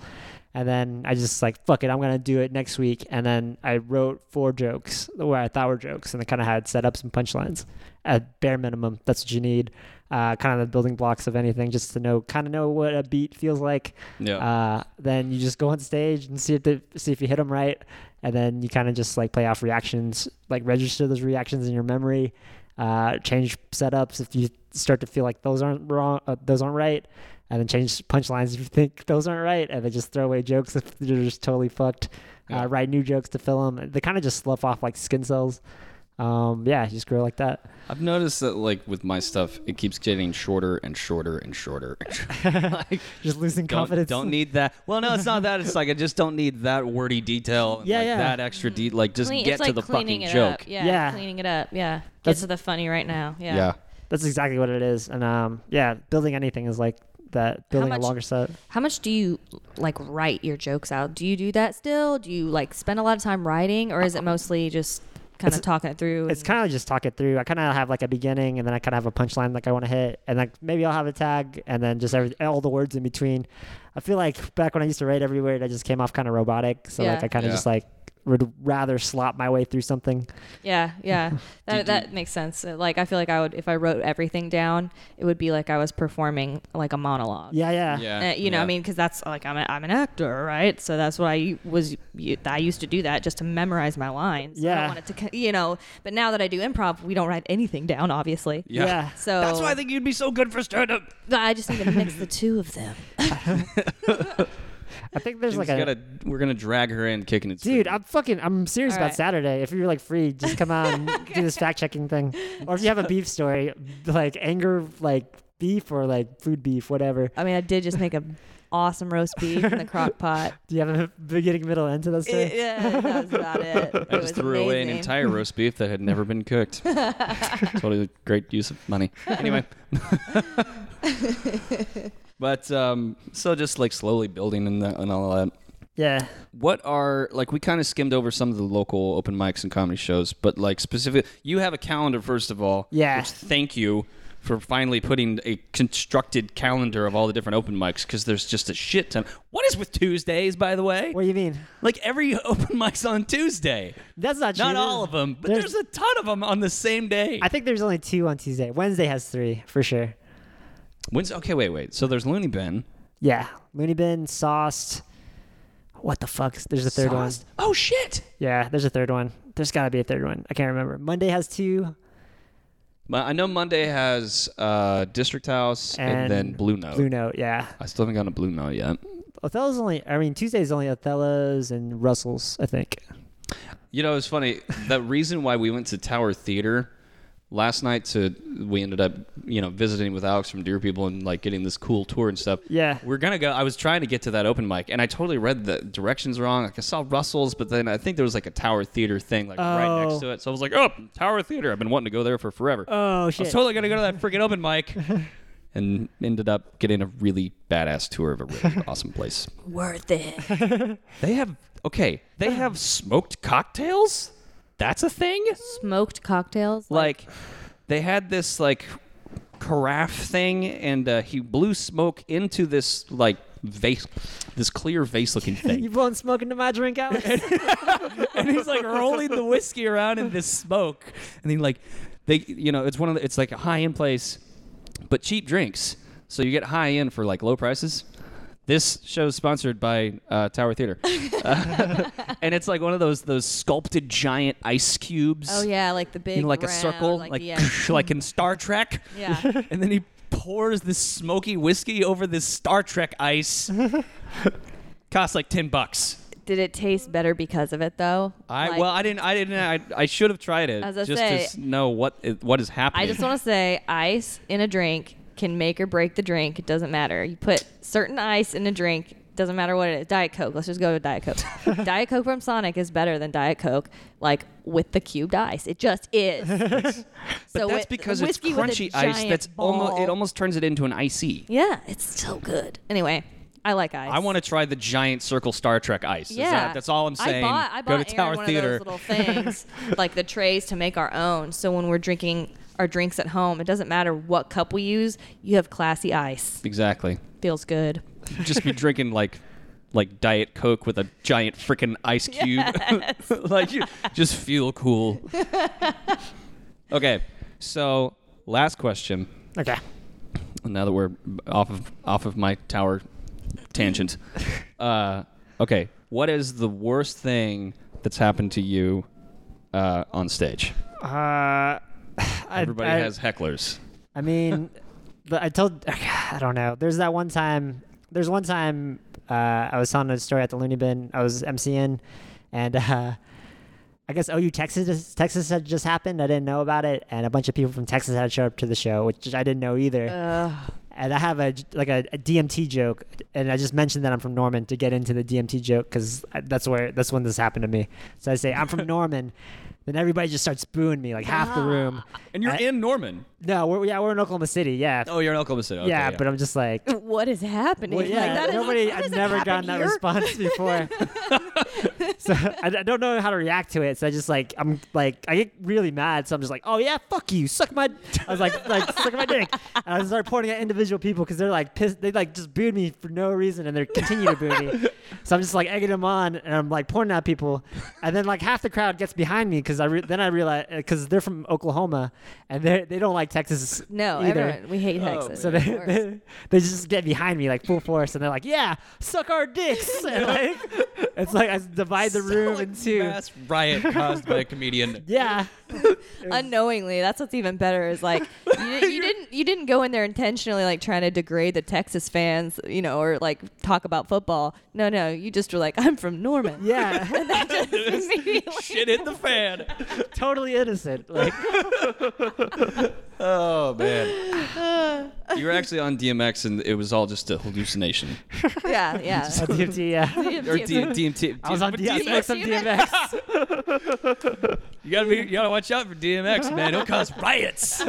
[SPEAKER 4] And then I just like fuck it, I'm going to do it next week and then I wrote four jokes where I thought were jokes and I kind of had setups and punchlines. At bare minimum, that's what you need. Uh, kind of the building blocks of anything just to know kind of know what a beat feels like.
[SPEAKER 1] Yeah.
[SPEAKER 4] Uh, then you just go on stage and see if the, see if you hit them right, and then you kind of just like play off reactions, like register those reactions in your memory, uh, change setups if you start to feel like those aren't wrong, uh, those aren't right, and then change punchlines if you think those aren't right, and then just throw away jokes if they're just totally fucked.
[SPEAKER 1] Yeah.
[SPEAKER 4] Uh, write new jokes to fill them. They kind of just slough off like skin cells. Um, yeah, just grow like that.
[SPEAKER 1] I've noticed that like with my stuff, it keeps getting shorter and shorter and shorter. And shorter. like,
[SPEAKER 4] Just losing
[SPEAKER 1] don't,
[SPEAKER 4] confidence.
[SPEAKER 1] don't need that. Well, no, it's not that. It's like I just don't need that wordy detail. and,
[SPEAKER 4] Yeah,
[SPEAKER 1] like,
[SPEAKER 4] yeah.
[SPEAKER 1] That extra detail. Like just
[SPEAKER 3] Clean-
[SPEAKER 1] get
[SPEAKER 3] it's
[SPEAKER 1] to
[SPEAKER 3] like
[SPEAKER 1] the
[SPEAKER 3] cleaning
[SPEAKER 1] fucking
[SPEAKER 3] it
[SPEAKER 1] joke.
[SPEAKER 3] Up. Yeah,
[SPEAKER 4] Yeah.
[SPEAKER 3] cleaning it up. Yeah, get
[SPEAKER 4] That's-
[SPEAKER 3] to the funny right now. Yeah.
[SPEAKER 4] That's exactly what it is. And um, yeah, building anything is like that. Building a
[SPEAKER 3] much-
[SPEAKER 4] longer set.
[SPEAKER 3] How much do you like write your jokes out? Do you do that still? Do you like spend a lot of time writing, or is it mostly just kind of talking it through?
[SPEAKER 4] It's
[SPEAKER 3] and-
[SPEAKER 4] kind of just talk it through. I kind of have like a beginning, and then I kind of have a punchline like I want to hit, and like maybe I'll have a tag, and then just every, all the words in between. I feel like back when I used to write every word, I just came off kind of robotic. So
[SPEAKER 3] Yeah.
[SPEAKER 4] like I kind of
[SPEAKER 1] Yeah.
[SPEAKER 4] just like would rather slop my way through something.
[SPEAKER 3] Yeah, yeah.
[SPEAKER 1] you-
[SPEAKER 3] That, that makes sense. Uh, Like, I feel like I would, if I wrote everything down, it would be like I was performing like a monologue.
[SPEAKER 4] Yeah, yeah,
[SPEAKER 1] Yeah.
[SPEAKER 3] Uh, you know,
[SPEAKER 1] yeah.
[SPEAKER 3] I mean, because that's like I'm, a, I'm an actor, right? So that's what I was. you- I used to do that just to memorize my lines. I
[SPEAKER 4] Yeah.
[SPEAKER 3] don't want it to, co- you know. But now that I do improv, we don't write anything down, obviously.
[SPEAKER 1] Yeah.
[SPEAKER 4] Yeah.
[SPEAKER 3] So
[SPEAKER 1] That's why I think you'd be so good for stand up.
[SPEAKER 3] I just need to mix the two of them.
[SPEAKER 4] I think there's like a
[SPEAKER 1] gotta, we're gonna drag her in kicking it.
[SPEAKER 4] Dude, I'm fucking. I'm serious
[SPEAKER 3] All
[SPEAKER 4] about
[SPEAKER 3] right.
[SPEAKER 4] Saturday. If you're like free, just come out and do this fact checking thing. Or if you have a beef story, like anger, like beef or like food beef, whatever.
[SPEAKER 3] I mean, I did just make a awesome roast beef in the crock pot.
[SPEAKER 4] Do you have a beginning, middle, end to that story?
[SPEAKER 3] yeah, that was about it.
[SPEAKER 1] I
[SPEAKER 3] It
[SPEAKER 1] just
[SPEAKER 3] was
[SPEAKER 1] threw away an
[SPEAKER 3] amazing.
[SPEAKER 1] entire roast beef that had never been cooked. totally great use of money. Anyway. but um, so just like slowly building and, the, and all that.
[SPEAKER 4] yeah.
[SPEAKER 1] What are like we kind of skimmed over some of the local open mics and comedy shows, but like specific, you have a calendar first of all.
[SPEAKER 4] Yeah.
[SPEAKER 1] Which thank you for finally putting a constructed calendar of all the different open mics because there's just a shit ton. What is with Tuesdays, by the way?
[SPEAKER 4] What do you mean?
[SPEAKER 1] Like every open mic's on Tuesday.
[SPEAKER 4] That's not true.
[SPEAKER 1] Not
[SPEAKER 4] There's-
[SPEAKER 1] all of them, but
[SPEAKER 4] there's-
[SPEAKER 1] there's, a ton of them on the same day.
[SPEAKER 4] I think there's only two on Tuesday. Wednesday has three for sure.
[SPEAKER 1] When's, okay, wait, wait. So there's Looney Bin.
[SPEAKER 4] Yeah. Looney Bin, sauced. What the fuck? There's a third
[SPEAKER 1] Sauced?
[SPEAKER 4] one.
[SPEAKER 1] Oh shit!
[SPEAKER 4] Yeah, there's a third one. There's got to be a third one. I can't remember. Monday has two.
[SPEAKER 1] But I know Monday has uh, District House and,
[SPEAKER 4] And
[SPEAKER 1] then Blue Note.
[SPEAKER 4] Blue Note. Yeah.
[SPEAKER 1] I still haven't gotten a Blue Note yet.
[SPEAKER 4] Othello's only. I mean, Tuesday's only Othello's and Russell's. I think.
[SPEAKER 1] You know, it's funny. the reason why we went to Tower Theater last night to we ended up, you know, visiting with Alex from Dear People and like getting this cool tour and stuff.
[SPEAKER 4] Yeah.
[SPEAKER 1] We're gonna go. I was trying to get to that open mic, and I totally read the directions wrong. Like I saw Russell's, but then I think there was like a Tower Theater thing like right
[SPEAKER 4] Oh.
[SPEAKER 1] next to it. So I was like, "Oh, Tower Theater! I've been wanting to go there for forever.
[SPEAKER 4] Oh
[SPEAKER 1] I
[SPEAKER 4] shit.
[SPEAKER 1] was totally gonna go to that freaking open mic." and ended up getting a really badass tour of a really awesome place.
[SPEAKER 3] Worth it.
[SPEAKER 1] They have okay. They have smoked cocktails. That's a thing.
[SPEAKER 3] Smoked cocktails.
[SPEAKER 1] Like they had this like carafe thing, and uh, he blew smoke into this like vase, this clear vase looking
[SPEAKER 4] you
[SPEAKER 1] thing,
[SPEAKER 4] blowing smoke into my drink, Alex?
[SPEAKER 1] and he's like rolling the whiskey around in this smoke, and he like they you know it's one of the, it's like a high end place, but cheap drinks, so you get high end for like low prices. This show is sponsored by uh, Tower Theater, Uh, and it's like one of those those sculpted giant ice cubes.
[SPEAKER 3] Oh yeah, like the big
[SPEAKER 1] you know, like
[SPEAKER 3] round,
[SPEAKER 1] a circle, like
[SPEAKER 3] like,
[SPEAKER 1] like,
[SPEAKER 3] yeah.
[SPEAKER 1] in Star Trek.
[SPEAKER 3] Yeah.
[SPEAKER 1] and then he pours this smoky whiskey over this Star Trek ice. Costs like ten bucks.
[SPEAKER 3] Did it taste better because of it though?
[SPEAKER 1] I
[SPEAKER 3] Like,
[SPEAKER 1] well, I didn't, I didn't, I, I should have tried it
[SPEAKER 3] As I
[SPEAKER 1] just
[SPEAKER 3] say-
[SPEAKER 1] to s- know what i- what is happening.
[SPEAKER 3] I just want to say, ice in a drink can make or break the drink. It doesn't matter. You put certain ice in a drink. Doesn't matter what it is. Diet Coke. Let's just go with Diet Coke. Diet Coke from Sonic is better than Diet Coke, like with the cubed ice. It just is.
[SPEAKER 1] but
[SPEAKER 3] so
[SPEAKER 1] that's
[SPEAKER 3] it-
[SPEAKER 1] because it's
[SPEAKER 3] whiskey with a
[SPEAKER 1] crunchy ice.
[SPEAKER 3] giant
[SPEAKER 1] That's almost it
[SPEAKER 3] ball.
[SPEAKER 1] almost turns it into an icy.
[SPEAKER 3] Yeah, it's so good. Anyway, I like ice.
[SPEAKER 1] I want to try the giant circle Star Trek ice. Is
[SPEAKER 3] Yeah,
[SPEAKER 1] that- that's all I'm saying.
[SPEAKER 3] I bought, I bought
[SPEAKER 1] Go to Tower
[SPEAKER 3] Aaron one
[SPEAKER 1] Theater.
[SPEAKER 3] of those little things, like the trays to make our own. So when we're drinking our drinks at home, it doesn't matter what cup we use. You have classy ice.
[SPEAKER 1] exactly.
[SPEAKER 3] Feels good.
[SPEAKER 1] just be drinking like like diet coke with a giant freaking ice cube like you just feel cool okay so last question
[SPEAKER 4] okay.
[SPEAKER 1] now that we're off of off of my tower tangent uh okay what is the worst thing that's happened to you uh, on stage
[SPEAKER 4] Uh,
[SPEAKER 1] everybody
[SPEAKER 4] I,
[SPEAKER 1] has hecklers
[SPEAKER 4] I mean, but I told. I don't know. There's that one time. There's one time uh, I was telling a story at the Looney Bin. I was MCing, and uh, I guess OU Texas Texas had just happened. I didn't know about it, and a bunch of people from Texas had showed up to the show, which I didn't know either. And I have a j- like a, a DMT joke, and I just mentioned that I'm from Norman to get into the DMT joke because that's where that's when this happened to me. So I say I'm from Norman, then everybody just starts booing me like half the room.
[SPEAKER 1] And you're
[SPEAKER 4] I-
[SPEAKER 1] in Norman.
[SPEAKER 4] No, we're, yeah, we're in Oklahoma City, yeah,
[SPEAKER 1] Oh, you're in Oklahoma City. Okay,
[SPEAKER 4] yeah, but I'm just like.
[SPEAKER 3] What is happening?
[SPEAKER 4] Well,
[SPEAKER 3] Like,
[SPEAKER 4] yeah,
[SPEAKER 3] that is-
[SPEAKER 4] nobody.
[SPEAKER 3] that
[SPEAKER 4] I've
[SPEAKER 3] doesn't
[SPEAKER 4] never gotten
[SPEAKER 3] happen
[SPEAKER 4] that
[SPEAKER 3] here.
[SPEAKER 4] response before, so I, I don't know how to react to it. So I just like I'm like I get really mad. So I'm just like, oh yeah, fuck you, suck my. I was like like suck my dick, and I started pointing at individual people because they're like pissed. They like just booed me for no reason, and they continue to boo me. So I'm just like egging them on, and I'm like pointing at people, and then like half the crowd gets behind me because I re- then I realize because they're from Oklahoma, and they they don't like Texas.
[SPEAKER 3] No,
[SPEAKER 4] either. Oh,
[SPEAKER 3] everyone, we hate Texas.
[SPEAKER 4] So they, they, they just get behind me like full force, and they're like, "Yeah, suck our dicks!" And like, it's like I divide the room in two.
[SPEAKER 1] Mass riot caused by a comedian.
[SPEAKER 4] Yeah,
[SPEAKER 3] unknowingly that's what's even better is like you, you didn't you didn't go in there intentionally like trying to degrade the texas fans you know or like talk about football no no you just were like i'm from norman
[SPEAKER 4] yeah,
[SPEAKER 3] Immediately.
[SPEAKER 1] Shit hit the fan.
[SPEAKER 4] totally innocent. Like,
[SPEAKER 1] Oh man. you were actually on DMX, and it was all just a hallucination.
[SPEAKER 3] yeah yeah
[SPEAKER 4] a DMT, yeah.
[SPEAKER 1] Or D- DMT.
[SPEAKER 4] I was on
[SPEAKER 1] but
[SPEAKER 4] DMX. on DMX.
[SPEAKER 1] You gotta be. You gotta watch out for DMX, man. It'll cause riots.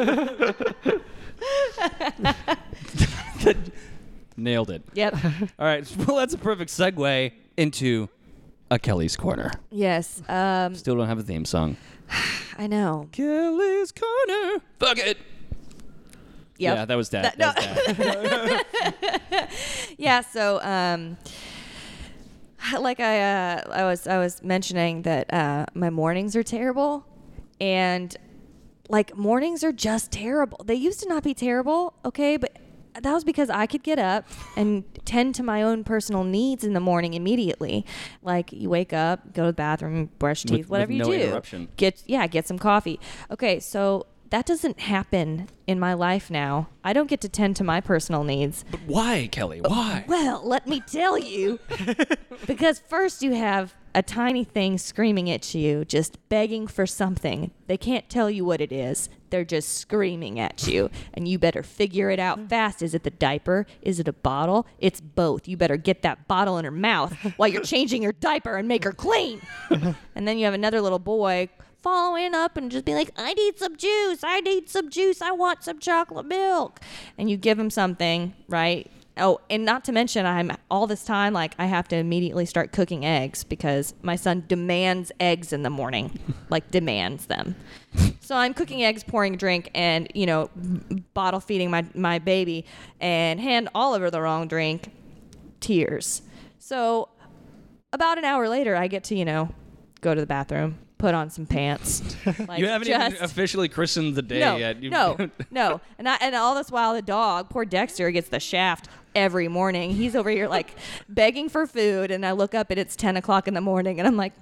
[SPEAKER 1] Nailed it.
[SPEAKER 3] yep
[SPEAKER 1] All right. Well, that's a perfect segue into a Kelly's corner.
[SPEAKER 3] yes um
[SPEAKER 1] Still don't have a theme song.
[SPEAKER 3] i know
[SPEAKER 1] Kelly's corner. Fuck it.
[SPEAKER 3] yep.
[SPEAKER 1] Yeah, that was that.
[SPEAKER 3] That- yeah so um like i uh i was i was mentioning that uh my mornings are terrible and like mornings are just terrible they used to not be terrible okay but that was because I could get up and tend to my own personal needs in the morning immediately. Like you wake up, go to the bathroom, brush
[SPEAKER 1] With-
[SPEAKER 3] teeth, whatever
[SPEAKER 1] with
[SPEAKER 3] you
[SPEAKER 1] no
[SPEAKER 3] do.
[SPEAKER 1] interruption.
[SPEAKER 3] Get yeah, get some coffee. Okay, so that doesn't happen in my life now. I don't get to tend to my personal needs
[SPEAKER 1] Why, Kelly? Why?
[SPEAKER 3] well, let me tell you. because first you have a tiny thing screaming at you, just begging for something. They can't tell you what it is. They're just screaming at you. And you better figure it out fast. Is it the diaper? Is it a bottle? It's both. You better get that bottle in her mouth while you're changing your diaper and make her clean. and then you have another little boy following up and just be like, I need some juice. I need some juice. I want some chocolate milk. And you give him something, right? Oh, and not to mention, I'm all this time like I have to immediately start cooking eggs because my son demands eggs in the morning, like demands them. So I'm cooking eggs, pouring a drink, and you know, b- bottle feeding my my baby, and hand Oliver the wrong drink, tears. So about an hour later, I get to you know, go to the bathroom, put on some pants. Like,
[SPEAKER 1] You haven't
[SPEAKER 3] just-
[SPEAKER 1] even officially christened the day
[SPEAKER 3] no,
[SPEAKER 1] yet. You-
[SPEAKER 3] no, no. And I, and all this while, the dog, poor Dexter, gets the shaft every morning. He's over here like begging for food, and I look up and it's ten o'clock in the morning, and I'm like.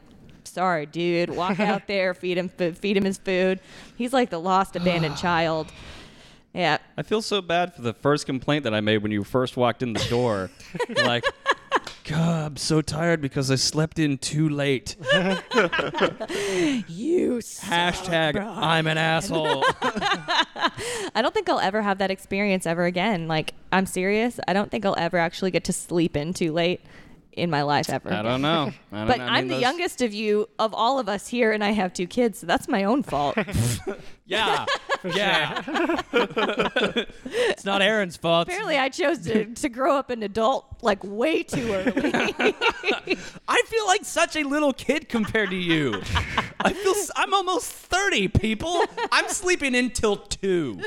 [SPEAKER 3] Sorry, dude. Walk out there, feed him, food, feed him his food. He's like the lost, abandoned child. Yeah,
[SPEAKER 1] I feel so bad for the first complaint that I made when you first walked in the door. like, God, I'm so tired because I slept in too late.
[SPEAKER 3] you.
[SPEAKER 1] Hashtag I'm an asshole.
[SPEAKER 3] I don't think I'll ever have that experience ever again. Like, I'm serious. I don't think I'll ever actually get to sleep in too late in my life ever.
[SPEAKER 1] I don't know. I don't
[SPEAKER 3] But
[SPEAKER 1] know. I
[SPEAKER 3] I'm
[SPEAKER 1] mean,
[SPEAKER 3] the
[SPEAKER 1] those-
[SPEAKER 3] youngest of you, of all of us here, and I have two kids, so that's my own fault.
[SPEAKER 1] Yeah. yeah. it's not Aaron's fault.
[SPEAKER 3] Apparently, I chose to, to grow up an adult like way too early.
[SPEAKER 1] I feel like such a little kid compared to you. I feel s- I'm almost 30, people. I'm sleeping until 2.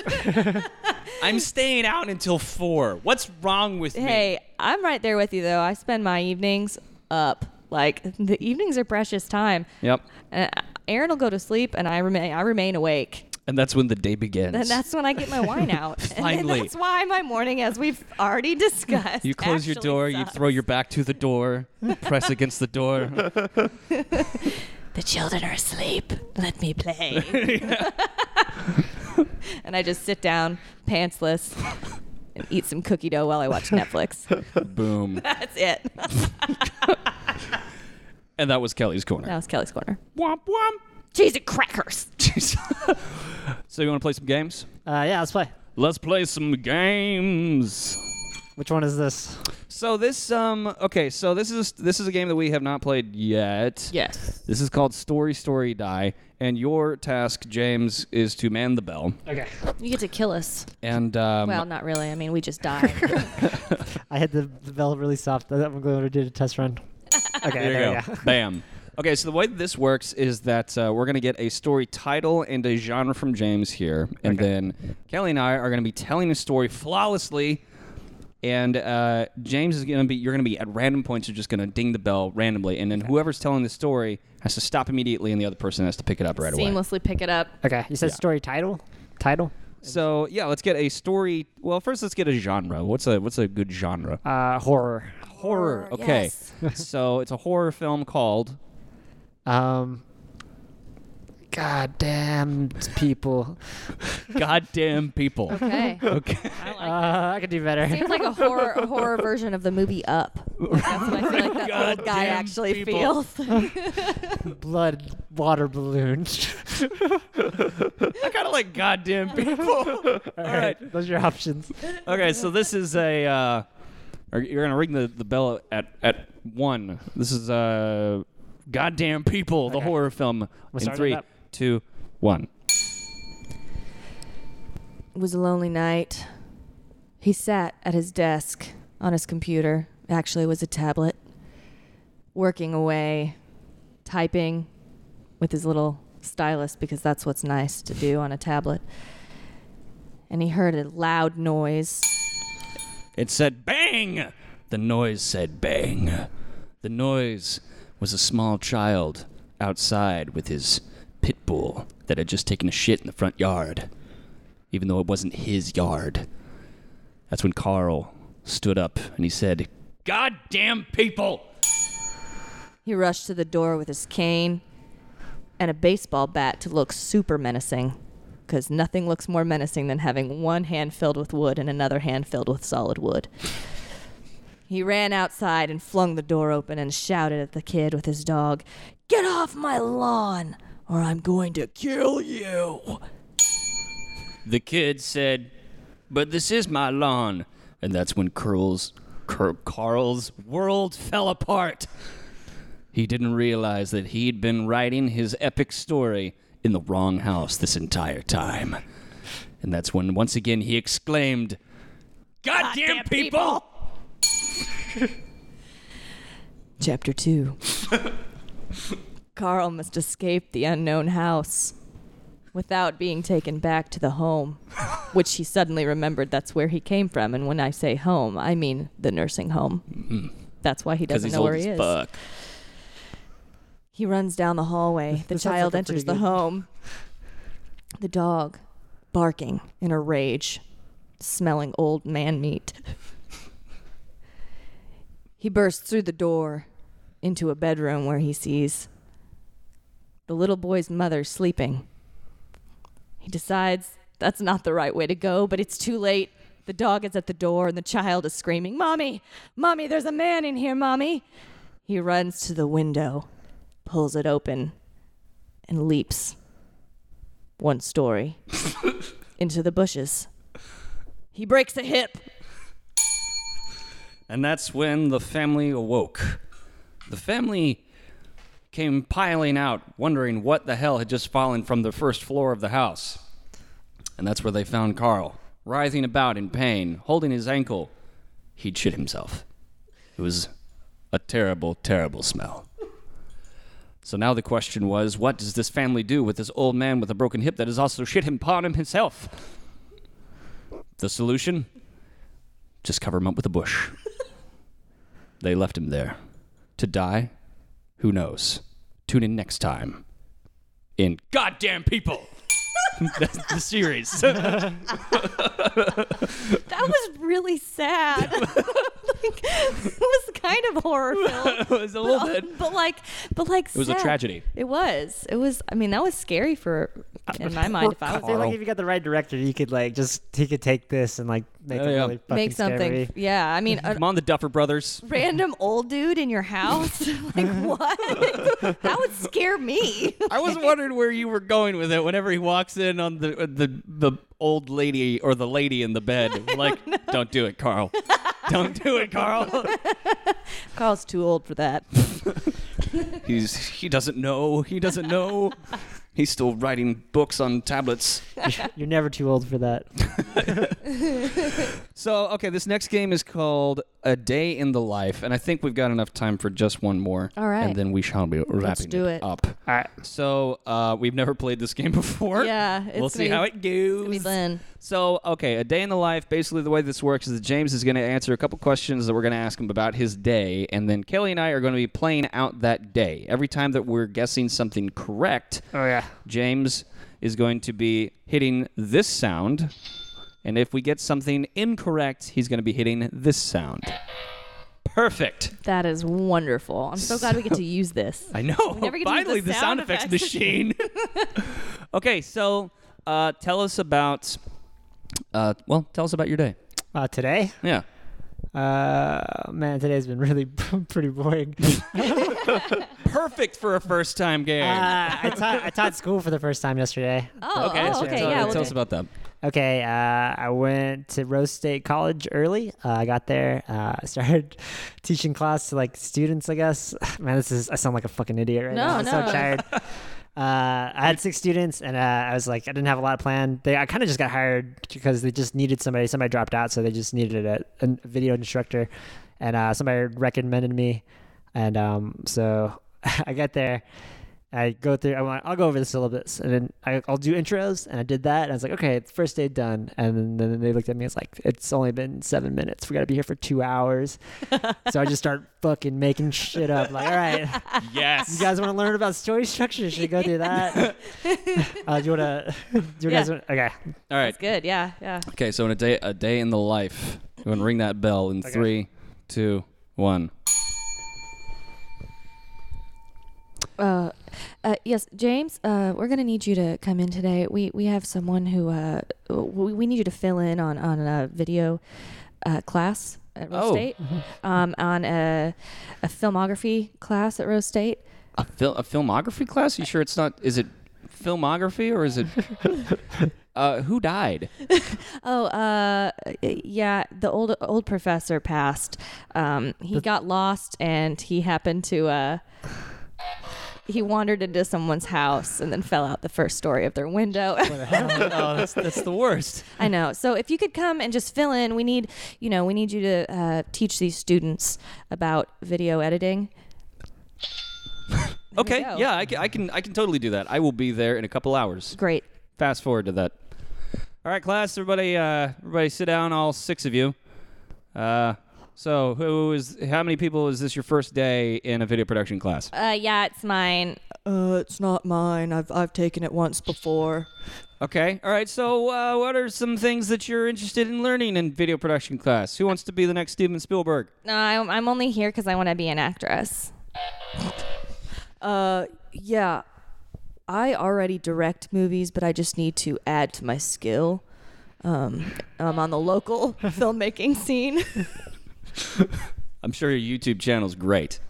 [SPEAKER 1] I'm staying out until 4. What's wrong with me?
[SPEAKER 3] hey, I'm right there with you, though. I spend my evenings up. Like, the evenings are precious time.
[SPEAKER 1] Yep.
[SPEAKER 3] Uh, Aaron will go to sleep, and I remain I remain awake.
[SPEAKER 1] And that's when the day begins.
[SPEAKER 3] And that's when I get my wine out. And
[SPEAKER 1] Finally.
[SPEAKER 3] then that's why my morning, as we've already discussed,
[SPEAKER 1] you close your
[SPEAKER 3] actually
[SPEAKER 1] door, you
[SPEAKER 3] sucks.
[SPEAKER 1] throw your back to the door, press against the door.
[SPEAKER 3] The children are asleep. Let me play. and I just sit down, pantsless, and eat some cookie dough while I watch Netflix.
[SPEAKER 1] Boom.
[SPEAKER 3] That's it.
[SPEAKER 1] And that was Kelly's corner.
[SPEAKER 3] That was Kelly's corner.
[SPEAKER 1] Womp womp.
[SPEAKER 3] Cheese and crackers.
[SPEAKER 1] so you want to play some games?
[SPEAKER 4] Uh, yeah, let's play.
[SPEAKER 1] Let's play some games.
[SPEAKER 4] Which one is this?
[SPEAKER 1] So this um okay, so this is this is a game that we have not played yet.
[SPEAKER 3] Yes.
[SPEAKER 1] This is called Story Story Die, and your task, James, is to man the bell.
[SPEAKER 4] Okay.
[SPEAKER 3] You get to kill us.
[SPEAKER 1] And um,
[SPEAKER 3] well, not really. I mean, we just die.
[SPEAKER 4] I hit the, the bell really soft. I'm going to do a test run. Okay,
[SPEAKER 1] there you
[SPEAKER 4] there we
[SPEAKER 1] go. Bam. Okay, so the way this works is that uh, we're going to get a story title and a genre from James here, and then Kelly and I are going to be telling a story flawlessly. And uh, James is going to be, you're going to be at random points, you're just going to ding the bell randomly. And then whoever's telling the story has to stop immediately, and the other person has to pick it up right away.
[SPEAKER 3] Seamlessly pick it up.
[SPEAKER 4] Okay, you said story title? Title?
[SPEAKER 1] So, yeah, let's get a story. Well, first, let's get a genre. What's a, what's a good genre?
[SPEAKER 4] Uh, horror.
[SPEAKER 1] horror. Okay.
[SPEAKER 3] yes.
[SPEAKER 1] so, it's a horror film called
[SPEAKER 4] Um, goddamn people.
[SPEAKER 1] Goddamn People.
[SPEAKER 3] Okay.
[SPEAKER 1] okay.
[SPEAKER 3] I like that.
[SPEAKER 4] Uh, I could do better.
[SPEAKER 3] Seems like a horror a horror version of the movie Up. Like, that's what I feel like that old guy
[SPEAKER 1] Goddamn
[SPEAKER 3] actually
[SPEAKER 1] people.
[SPEAKER 3] feels.
[SPEAKER 4] Blood water balloon.
[SPEAKER 1] I kind of like goddamn people. All right.
[SPEAKER 4] Those are your options.
[SPEAKER 1] Okay, so this is a. Uh, are- you're gonna ring the, the bell at at one. This is uh, goddamn people, the
[SPEAKER 4] Okay.
[SPEAKER 1] horror film. in
[SPEAKER 4] starting it
[SPEAKER 1] three,
[SPEAKER 4] up.
[SPEAKER 1] two, one.
[SPEAKER 3] It was a lonely night. He sat at his desk on his computer, actually, it was a tablet, working away, typing with his little stylus because that's what's nice to do on a tablet. And he heard a loud noise.
[SPEAKER 1] It said bang. The noise said bang. The noise was a small child outside with his pit bull that had just taken a shit in the front yard, even though it wasn't his yard. That's when Carl stood up and he said, "Goddamn people!"
[SPEAKER 3] He rushed to the door with his cane and a baseball bat to look super menacing because nothing looks more menacing than having one hand filled with wood and another hand filled with solid wood. He ran outside and flung the door open and shouted at the kid with his dog, Get off my lawn or I'm going to kill you.
[SPEAKER 1] The kid said, "But this is my lawn," and that's when Curl's, Cur- Carl's world fell apart. He didn't realize that he'd been writing his epic story in the wrong house this entire time, and that's when once again he exclaimed, "Goddamn, people!"
[SPEAKER 3] Chapter 2 Carl must escape the unknown house without being taken back to the home, which he suddenly remembered that's where he came from. And when I say home, I mean the nursing home. That's why he
[SPEAKER 1] Mm-hmm. Because
[SPEAKER 3] doesn't
[SPEAKER 1] he's
[SPEAKER 3] know
[SPEAKER 1] old
[SPEAKER 3] where
[SPEAKER 1] as
[SPEAKER 3] he is.
[SPEAKER 1] fuck.
[SPEAKER 3] He runs down the hallway. The
[SPEAKER 4] This sounds
[SPEAKER 3] child
[SPEAKER 4] like a
[SPEAKER 3] enters the
[SPEAKER 4] pretty good-
[SPEAKER 3] home. The dog, barking in a rage, smelling old man meat. he bursts through the door into a bedroom where he sees the little boy's mother sleeping. He decides that's not the right way to go, but it's too late. The dog is at the door and the child is screaming, Mommy, Mommy, there's a man in here, Mommy. He runs to the window pulls it open and leaps one story into the bushes. He breaks a hip.
[SPEAKER 1] And that's when the family awoke. The family came piling out, wondering what the hell had just fallen from the first floor of the house. And that's where they found Carl, writhing about in pain, holding his ankle. He'd shit himself. It was a terrible, terrible smell. So now the question was what does this family do with this old man with a broken hip that has also shit him upon him himself? The solution? Just cover him up with a bush. They left him there. To die? Who knows? Tune in next time. In Goddamn People! That's the series.
[SPEAKER 3] That was really sad. like, it was kind of horror film.
[SPEAKER 1] was a little bit.
[SPEAKER 3] But like, but like, it
[SPEAKER 1] was a tragedy.
[SPEAKER 3] It was. It was. I mean, that was scary for, in my mind, if I was
[SPEAKER 4] I feel like if you got the right director, you could like just he could take this and like make
[SPEAKER 1] There
[SPEAKER 4] them
[SPEAKER 1] you go.
[SPEAKER 4] really fucking
[SPEAKER 3] Make something.
[SPEAKER 4] scary.
[SPEAKER 3] Yeah, I mean, an
[SPEAKER 1] Come on, the Duffer Brothers.
[SPEAKER 3] random old dude in your house? like what? that would scare me.
[SPEAKER 1] I was wondering where you were going with it. Whenever he walks in on the the the old lady or the lady in the bed, like, don't do it, Carl. don't do it, Carl.
[SPEAKER 3] Carl's too old for that.
[SPEAKER 1] He's he doesn't know. He doesn't know. He's still writing books on tablets.
[SPEAKER 4] You're never too old for that.
[SPEAKER 1] So okay, this next game is called A Day in the Life, and I think we've got enough time for just one more.
[SPEAKER 3] All right.
[SPEAKER 1] and then we shall be wrapping
[SPEAKER 3] do it.
[SPEAKER 1] up.
[SPEAKER 4] All right.
[SPEAKER 1] So uh, we've never played this game before.
[SPEAKER 3] Yeah, it's
[SPEAKER 1] we'll see
[SPEAKER 3] gonna
[SPEAKER 1] how
[SPEAKER 3] be-
[SPEAKER 1] it
[SPEAKER 3] It'd be
[SPEAKER 1] goes.
[SPEAKER 3] fun.
[SPEAKER 1] So, okay, a day in the life. Basically, the way this works is that James is going to answer a couple questions that we're going to ask him about his day, and then Kelly and I are going to be playing out that day. Every time that we're guessing something correct,
[SPEAKER 4] Oh yeah.
[SPEAKER 1] James is going to be hitting this sound, and if we get something incorrect, he's going to be hitting this sound. Perfect.
[SPEAKER 3] That is wonderful. I'm so glad we get to use this.
[SPEAKER 1] I know.
[SPEAKER 3] never get to use
[SPEAKER 1] Finally,
[SPEAKER 3] the
[SPEAKER 1] the sound,
[SPEAKER 3] sound
[SPEAKER 1] effects,
[SPEAKER 3] effects.
[SPEAKER 1] machine. okay, so uh, tell us about. Uh, well, tell us about your day.
[SPEAKER 4] Uh, today,
[SPEAKER 1] Yeah.
[SPEAKER 4] uh, man, today's been really pretty boring.
[SPEAKER 1] perfect for a first time game.
[SPEAKER 4] Uh, I, taught, I taught school for the first time yesterday.
[SPEAKER 3] Oh,
[SPEAKER 1] okay,
[SPEAKER 3] oh,
[SPEAKER 1] so
[SPEAKER 3] okay,
[SPEAKER 1] tell,
[SPEAKER 3] yeah.
[SPEAKER 1] tell
[SPEAKER 3] we'll
[SPEAKER 1] us
[SPEAKER 3] do-
[SPEAKER 1] about that.
[SPEAKER 4] Okay, uh, I went to Rose State College early. Uh, I got there. Uh, I started teaching class to like students, I guess. Man, this is I sound like a fucking idiot right
[SPEAKER 3] No,
[SPEAKER 4] now. I'm
[SPEAKER 3] no.
[SPEAKER 4] so tired. Uh, I had six students, and uh, I was like, I didn't have a lot of plan. They, I kind of just got hired because they just needed somebody. Somebody dropped out, so they just needed a, a video instructor, and uh, somebody recommended me, and um, so I got there. I go through. I went, I'll go over the syllabus, and then I, I'll do intros. And I did that, and I was like, okay, it's first day done. And then, then they looked at me. It's like it's only been seven minutes. We got to be here for two hours. so I just start fucking making shit up. Like, all right,
[SPEAKER 1] Yes.
[SPEAKER 4] you guys want to learn about story structure? Should we go through that? uh, do you want to? Do you guys
[SPEAKER 3] Yeah.
[SPEAKER 4] want? Okay.
[SPEAKER 1] All right.
[SPEAKER 3] It's good. Yeah, yeah.
[SPEAKER 1] Okay, so in a day a day in the life. You want to ring that bell in three, two, one.
[SPEAKER 3] Uh, uh, yes, James. Uh, we're gonna need you to come in today. We we have someone who uh, we, we need you to fill in on on a video uh, class at Rose
[SPEAKER 1] Oh.
[SPEAKER 3] State, um, on a a filmography class at Rose State.
[SPEAKER 1] A fil- a filmography class? You sure it's not is it filmography or is it uh, who died?
[SPEAKER 3] Oh, uh, yeah. The old old professor passed. Um, he got lost and he happened to uh, he wandered into someone's house and then fell out the first story of their window.
[SPEAKER 1] oh, that's that's the worst.
[SPEAKER 3] I know. So if you could come and just fill in, we need you know we need you to uh, teach these students about video editing.
[SPEAKER 1] Okay,
[SPEAKER 3] go.
[SPEAKER 1] yeah, I can, I can I can totally do that. I will be there in a couple hours.
[SPEAKER 3] Great.
[SPEAKER 1] Fast forward to that. All right, class, everybody uh, everybody sit down all six of you. Uh, so who is how many people is this your first day in a video production class?
[SPEAKER 3] Uh, yeah, it's mine.
[SPEAKER 5] Uh, it's not mine. I've I've taken it once before.
[SPEAKER 1] Okay. All right. So, uh, what are some things that you're interested in learning in video production class? Who wants to be the next Steven Spielberg?
[SPEAKER 3] No, I'm, I'm only here because I want to be an actress.
[SPEAKER 5] Uh, yeah. I already direct movies, but I just need to add to my skill. Um, I'm on the local filmmaking scene.
[SPEAKER 1] I'm sure your YouTube channel's great.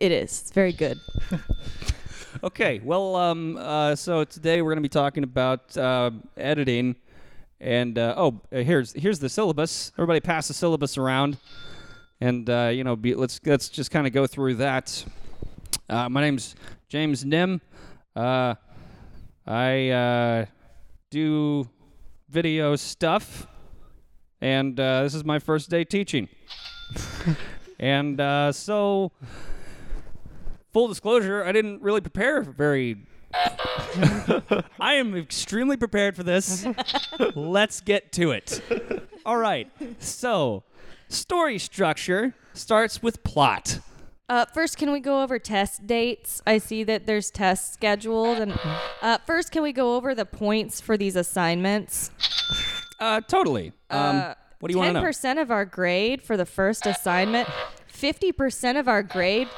[SPEAKER 5] It is. It's very good.
[SPEAKER 1] Okay. Well, um, uh, so today we're going to be talking about uh, editing, and uh, oh, uh, here's here's the syllabus. Everybody, pass the syllabus around, and uh, you know, be, let's let's just kind of go through that. Uh, my name's James Nim. Uh, I uh, do video stuff, and uh, this is my first day teaching. and uh, so, full disclosure, I didn't really prepare very. I am extremely prepared for this. Let's get to it. All right. So, story structure starts with plot.
[SPEAKER 3] Uh, first, can we go over test dates? I see that there's tests scheduled, and uh, first, can we go over the points for these assignments?
[SPEAKER 1] Uh, totally. Um, what do you want to know?
[SPEAKER 3] Uh, percent of our grade for the first assignment, fifty percent of our grade,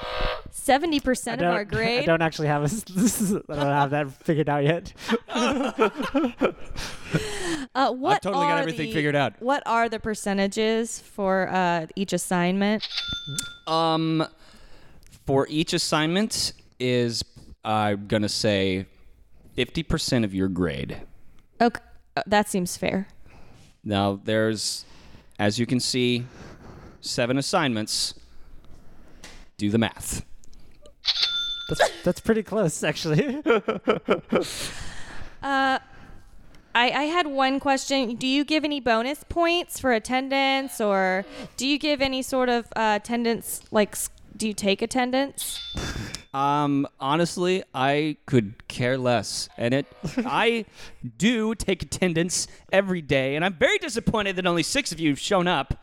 [SPEAKER 3] seventy percent of our
[SPEAKER 4] I
[SPEAKER 3] grade.
[SPEAKER 4] don't actually have a, this is, I don't have that figured out yet.
[SPEAKER 3] Uh, what
[SPEAKER 2] totally got
[SPEAKER 3] are
[SPEAKER 2] everything
[SPEAKER 3] the-
[SPEAKER 2] figured out.
[SPEAKER 3] What are the percentages for uh, each assignment?
[SPEAKER 1] Um, for each assignment is I'm gonna say fifty percent of your grade.
[SPEAKER 3] Okay, uh, that seems fair.
[SPEAKER 1] Now there's, as you can see, seven assignments. Do the math.
[SPEAKER 4] That's, that's pretty close, actually.
[SPEAKER 3] Uh, I, I had one question. Do you give any bonus points for attendance, or do you give any sort of uh, attendance? Like, s- do you take attendance?
[SPEAKER 1] Um, honestly, I could care less, and it. I do take attendance every day, and I'm very disappointed that only six of you have shown up.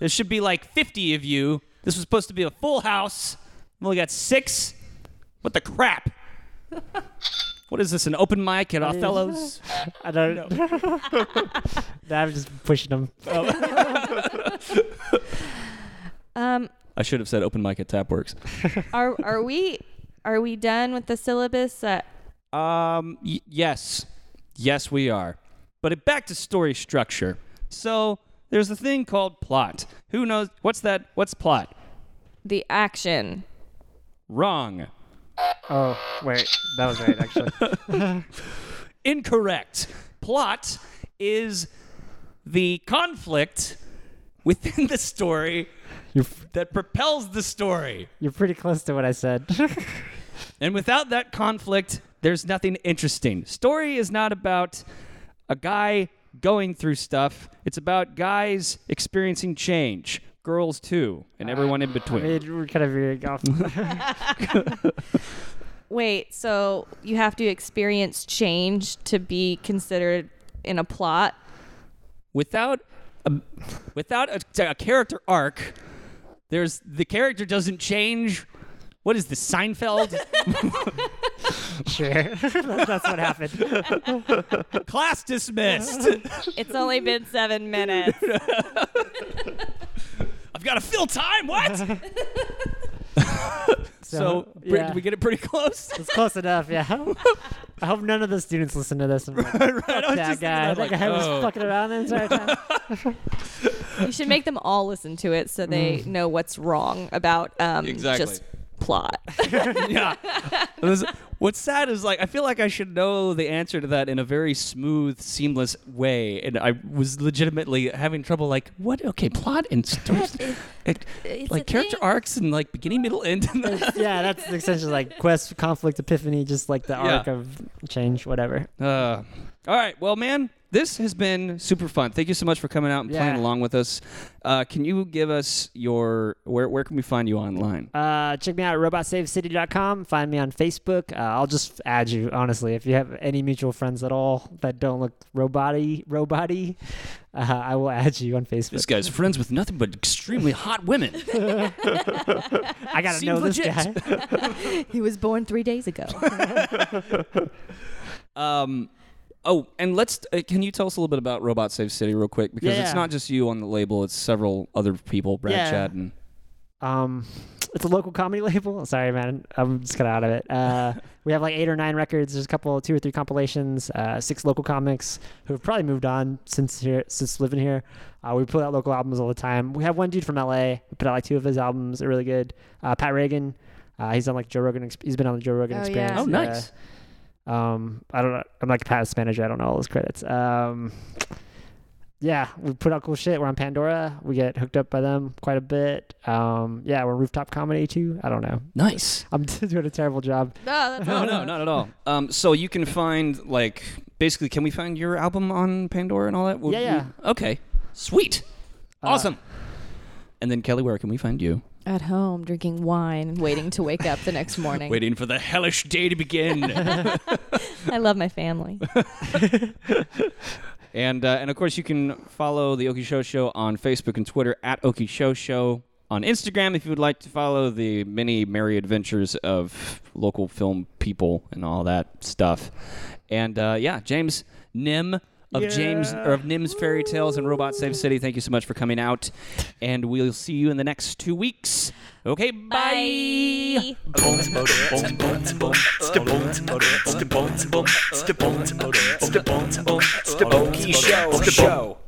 [SPEAKER 1] There should be like fifty of you. This was supposed to be a full house. We only got six. What the crap? What is this? An open mic at Othello's?
[SPEAKER 4] I don't. know. I'm just pushing them.
[SPEAKER 3] Um,
[SPEAKER 1] I should have said open mic at Tapworks.
[SPEAKER 3] are are we are we done with the syllabus? Uh,
[SPEAKER 1] Um, y- yes. Yes, we are. But it, back to story structure. So there's a thing called plot. Who knows? What's that? What's plot?
[SPEAKER 3] the action.
[SPEAKER 1] Wrong.
[SPEAKER 4] Oh wait, that was right actually.
[SPEAKER 1] Incorrect. Plot is the conflict within the story
[SPEAKER 4] You're f-
[SPEAKER 1] that propels the story.
[SPEAKER 4] you're pretty close to what I said.
[SPEAKER 1] And without that conflict, there's nothing interesting. Story is not about a guy going through stuff, it's about guys experiencing change, girls too, and everyone in
[SPEAKER 4] I
[SPEAKER 1] between.
[SPEAKER 4] mean, we're kind of veering off.
[SPEAKER 3] Wait, so you have to experience change to be considered in a plot?
[SPEAKER 1] Without a, without a, a character arc, there's the character doesn't change. What is this, Seinfeld?
[SPEAKER 4] sure, that's what happened.
[SPEAKER 1] Class dismissed.
[SPEAKER 3] It's only been seven minutes.
[SPEAKER 1] I've got to fill time. What? so, Brit,
[SPEAKER 4] yeah.
[SPEAKER 1] did we get it pretty close?
[SPEAKER 4] It's close enough, yeah. I hope none of the students listen to this. And like,
[SPEAKER 1] I was
[SPEAKER 4] that
[SPEAKER 1] just thinking
[SPEAKER 4] guy,
[SPEAKER 1] that,
[SPEAKER 4] that
[SPEAKER 1] like,
[SPEAKER 4] guy
[SPEAKER 1] oh.
[SPEAKER 4] was fucking around the entire time.
[SPEAKER 3] You should make them all listen to it so they know what's wrong about um,
[SPEAKER 1] Exactly.
[SPEAKER 3] just plot.
[SPEAKER 1] yeah. This- What's sad is like I feel like I should know the answer to that in a very smooth, seamless way, and I was legitimately having trouble. Like, what? Okay, plot and stories, it, like
[SPEAKER 3] a
[SPEAKER 1] character
[SPEAKER 3] thing.
[SPEAKER 1] arcs and like beginning, middle, end. And then-
[SPEAKER 4] yeah, that's essentially like quest, conflict, epiphany, just like the
[SPEAKER 1] Yeah.
[SPEAKER 4] arc of change, whatever.
[SPEAKER 1] uh, all right, well, man, this has been super fun. Thank you so much for coming out and playing
[SPEAKER 4] Yeah.
[SPEAKER 1] along with us. Uh, can you give us your where? Where can we find you online?
[SPEAKER 4] Uh, check me out at robotsavecity.com. Find me on Facebook. Uh, I'll just add you, honestly. If you have any mutual friends at all that don't look roboty, roboty, uh, I will add you on Facebook.
[SPEAKER 1] This guy's friends with nothing but extremely hot women.
[SPEAKER 4] I gotta
[SPEAKER 1] seems
[SPEAKER 4] know this
[SPEAKER 1] legit.
[SPEAKER 4] guy.
[SPEAKER 5] He was born three days ago.
[SPEAKER 1] Um, oh, and let's. Uh, can you tell us a little bit about Robot Save City real quick? Because it's
[SPEAKER 4] Yeah.
[SPEAKER 1] not just you on the label; it's several other people, Brad,
[SPEAKER 4] Yeah.
[SPEAKER 1] Chad, and
[SPEAKER 4] Um, it's a local comedy label. Sorry, man. I'm just kind of out of it. Uh, we have like eight or nine records. There's a couple, two or three compilations. Uh, six local comics who have probably moved on since here, since living here. Uh, we put out local albums all the time. We have one dude from LA. We put out like two of his albums. They're really good. Uh, Pat Reagan. Uh, he's on like Joe Rogan. Ex- he's been on the Joe Rogan
[SPEAKER 5] Oh, yeah.
[SPEAKER 4] Experience.
[SPEAKER 1] Oh, nice.
[SPEAKER 4] Uh, um, I don't know. I'm like Pat's manager. I don't know all his credits. Um, yeah, we put out cool shit. We're on Pandora. We get hooked up by them quite a bit. Um, yeah, we're rooftop comedy too. I don't know.
[SPEAKER 1] nice.
[SPEAKER 4] I'm doing a terrible job.
[SPEAKER 3] No, that's
[SPEAKER 1] No, no, not at all. Um, so you can find like basically, can we find your album on Pandora and all that? Will
[SPEAKER 4] Yeah,
[SPEAKER 1] you-
[SPEAKER 4] yeah. Uh,
[SPEAKER 1] okay, sweet, awesome. And then Kelly, where can we find you?
[SPEAKER 5] At home, drinking wine and waiting to wake up the next morning.
[SPEAKER 1] Waiting for the hellish day to begin.
[SPEAKER 3] I love my family.
[SPEAKER 1] and uh, and of course, you can follow the Oki Show Show on Facebook and Twitter at Oki Show Show. On Instagram, if you would like to follow the many merry adventures of local film people and all that stuff. And uh, yeah, James Nim, of James or of Nim's Fairy Tales and Robot Save City. Thank you so much for coming out, and we'll see you in the next two weeks. Okay, bye.
[SPEAKER 3] Bye.
[SPEAKER 2] Okey show.